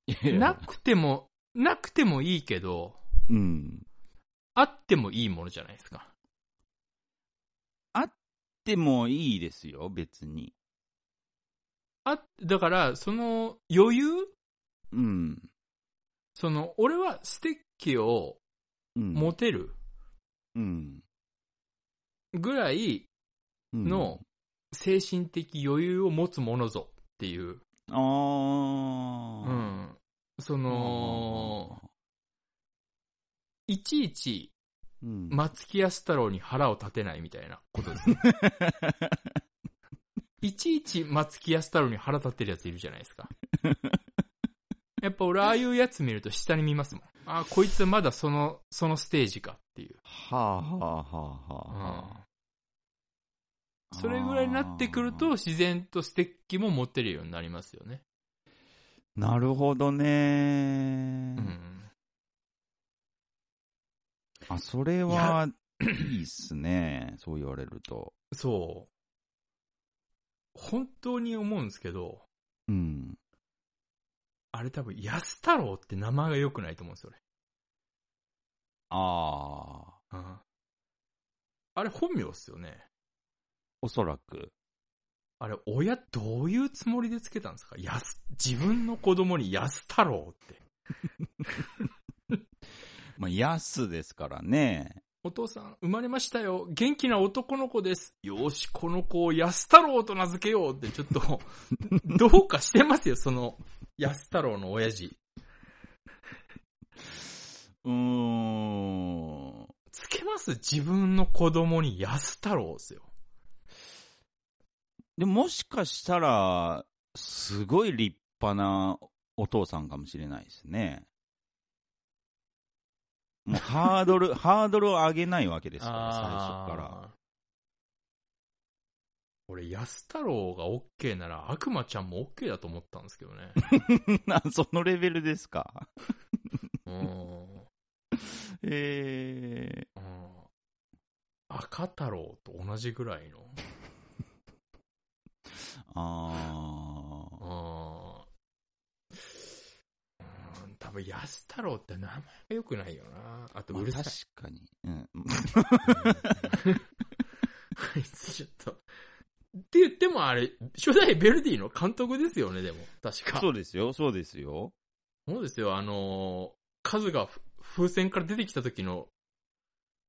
Speaker 1: いやいや
Speaker 2: なくても、なくてもいいけど、
Speaker 1: うん。
Speaker 2: あってもいいものじゃないですか。
Speaker 1: でもいいですよ、別に。
Speaker 2: あ、だから、その余裕
Speaker 1: うん。
Speaker 2: その、俺はステッキを
Speaker 1: うん、
Speaker 2: 持てる
Speaker 1: うん、
Speaker 2: ぐらい
Speaker 1: うん
Speaker 2: の、精神的余裕を持つものぞっていう、う
Speaker 1: ああ。
Speaker 2: ん。その、いちいち
Speaker 1: うん、
Speaker 2: 松木安太郎に腹を立てないみたいなこと ですね。いちいち松木安太郎に腹立ってるやついるじゃないですか。やっぱ俺ああいうやつ見ると下に見ますもん。ああ、こいつまだその、そのステージかっていう。
Speaker 1: はあはあはあ
Speaker 2: うん
Speaker 1: はあ。
Speaker 2: それぐらいになってくると自然とステッキも持ってるようになりますよね。
Speaker 1: なるほどね、
Speaker 2: うん。
Speaker 1: あ、それは、いいっすね。そう言われると。
Speaker 2: そう。本当に思うんですけど、
Speaker 1: うん。
Speaker 2: あれ多分安太郎って名前が良くないと思うんですよね。
Speaker 1: ああ。
Speaker 2: うんあれ本名っすよね。
Speaker 1: おそらく。
Speaker 2: あれ、親どういうつもりでつけたんですかやす、自分の子供に安太郎って。
Speaker 1: まあ、安ですからね。
Speaker 2: お父さん、生まれましたよ。元気な男の子です。よし、この子を安太郎と名付けようって、ちょっ と、どうかしてますよ、その、安太郎の親父。
Speaker 1: うーん。
Speaker 2: つけます自分の子供に安太郎ですよ。
Speaker 1: でもしかしたら、すごい立派なお父さんかもしれないですね。もうハード ル、ハードルを上げないわけですから、最初から。
Speaker 2: ら。俺、安太郎が OK なら、悪魔ちゃんも OK だと思ったんですけどね。
Speaker 1: なそのレベルですか。
Speaker 2: うん。
Speaker 1: え
Speaker 2: うん赤太郎と同じぐらいの。
Speaker 1: ー、あー、
Speaker 2: うん。うん多分、安太郎って名前が良くないよな。あと、
Speaker 1: まあ
Speaker 2: うるさい。
Speaker 1: 確かに。うん。
Speaker 2: あいつ ちょっと。って言ってもあれ、初代ベルディの監督ですよね、でも。確か。
Speaker 1: そうですよ、そうですよ。
Speaker 2: そうですよ、あのーカズがふ風船から出てきた時の、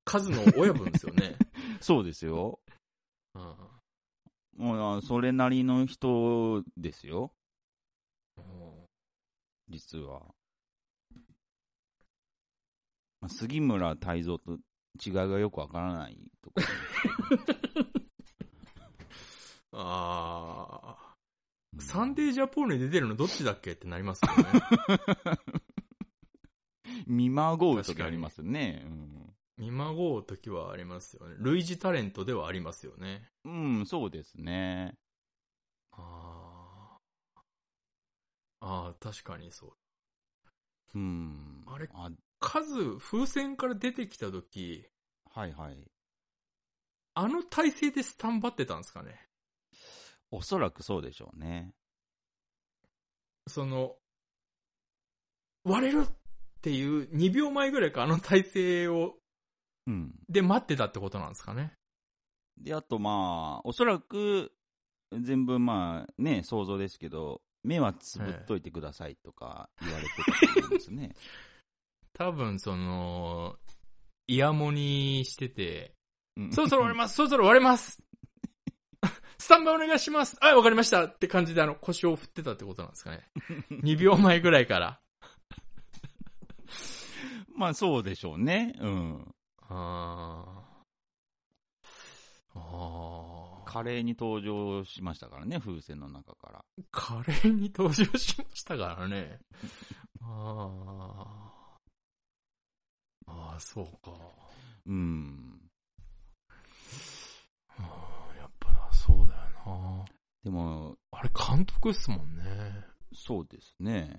Speaker 2: カズの親分ですよね。
Speaker 1: そうですよ。
Speaker 2: うんうん
Speaker 1: もう、あそれなりの人ですよ、実は。まあ杉村太蔵と違いがよくわからないと ころ。
Speaker 2: ああ。
Speaker 1: うん
Speaker 2: サンデージャポンに出てるのどっちだっけってなりますよね。
Speaker 1: 見まごう時ありますね。うん
Speaker 2: 見まごう時はありますよね。類似タレントではありますよね。
Speaker 1: うん、そうですね。
Speaker 2: ああ。ああ、確かにそう。
Speaker 1: うん。
Speaker 2: あれ
Speaker 1: あ
Speaker 2: カズ、風船から出てきた時、
Speaker 1: はいはい。
Speaker 2: あの体勢でスタンバってたんですかね。
Speaker 1: おそらくそうでしょうね。
Speaker 2: その、割れるっていう2秒前ぐらいかあの体勢を、
Speaker 1: うん。
Speaker 2: で待ってたってことなんですかね。
Speaker 1: で、あとまあ、おそらく、全部まあね、想像ですけど、目はつぶっといてくださいとか言われてたと思いますね。
Speaker 2: 多分その、イヤモニしてて、
Speaker 1: うん
Speaker 2: そろそろ終わります、そろそろ終わります。 スタンバイお願いします。はい、わかりました。って感じであの腰を振ってたってことなんです かね。2秒前ぐらいから。
Speaker 1: まあそうでしょうね。うん。
Speaker 2: あーあー。
Speaker 1: 華麗に登場しましたからね、風船の中から。
Speaker 2: 華麗に登場しましたからね。ああ。ああ、そうか。
Speaker 1: うん。
Speaker 2: うんやっぱな、そうだよな。
Speaker 1: でも、
Speaker 2: あれ、監督っすもんね。
Speaker 1: そうですね。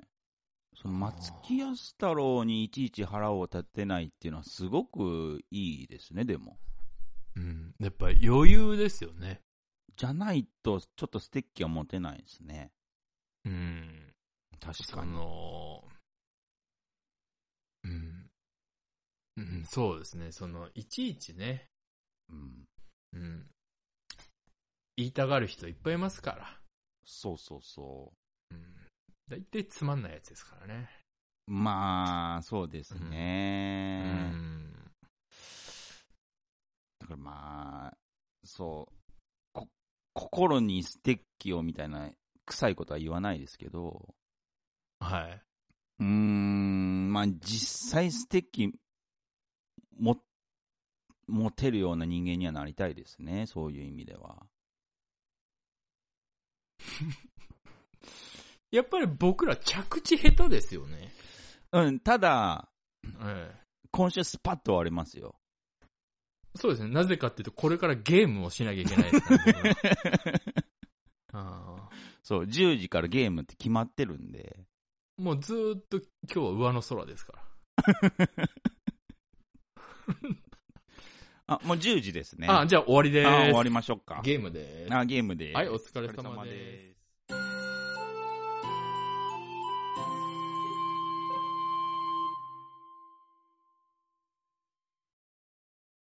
Speaker 1: その松木安太郎にいちいち腹を立てないっていうのはすごくいいですね、でも。
Speaker 2: うん。やっぱ余裕ですよね。
Speaker 1: じゃないと、ちょっとステッキは持てないですね。
Speaker 2: うん。
Speaker 1: 確
Speaker 2: そ。の、うん。うん、そうですね。その、いちいちね、
Speaker 1: うん。
Speaker 2: うん。言いたがる人いっぱいいますから。
Speaker 1: そうそうそ
Speaker 2: うん。大体つまんないやつですからね。
Speaker 1: う。まあ、そうです
Speaker 2: う
Speaker 1: ね。
Speaker 2: ん。
Speaker 1: だからまあ、そう。こ、心にステッキをみたいな、臭いことは言わないですけど。
Speaker 2: はい。
Speaker 1: うーん、まあ実際ステッキも持てるような人間にはなりたいですね、そういう意味では。
Speaker 2: やっぱり僕ら着地下手ですよね。
Speaker 1: うん、ただ、
Speaker 2: ええ。
Speaker 1: 今週スパッと終わりますよ。
Speaker 2: そうですね。なぜかっていうと、これからゲームをしなきゃいけないですからね。 ああ
Speaker 1: そう、10時からゲームって決まってるんで、
Speaker 2: もうずーっと今日は上の空ですから。
Speaker 1: あ、もう10時ですね。
Speaker 2: あ、じゃあ終わりです。
Speaker 1: あ終わりましょうか。
Speaker 2: ゲームです。
Speaker 1: あ、ゲームで。
Speaker 2: はい、お疲
Speaker 1: お
Speaker 2: れ
Speaker 1: 疲れ様
Speaker 2: 様です
Speaker 1: で。す。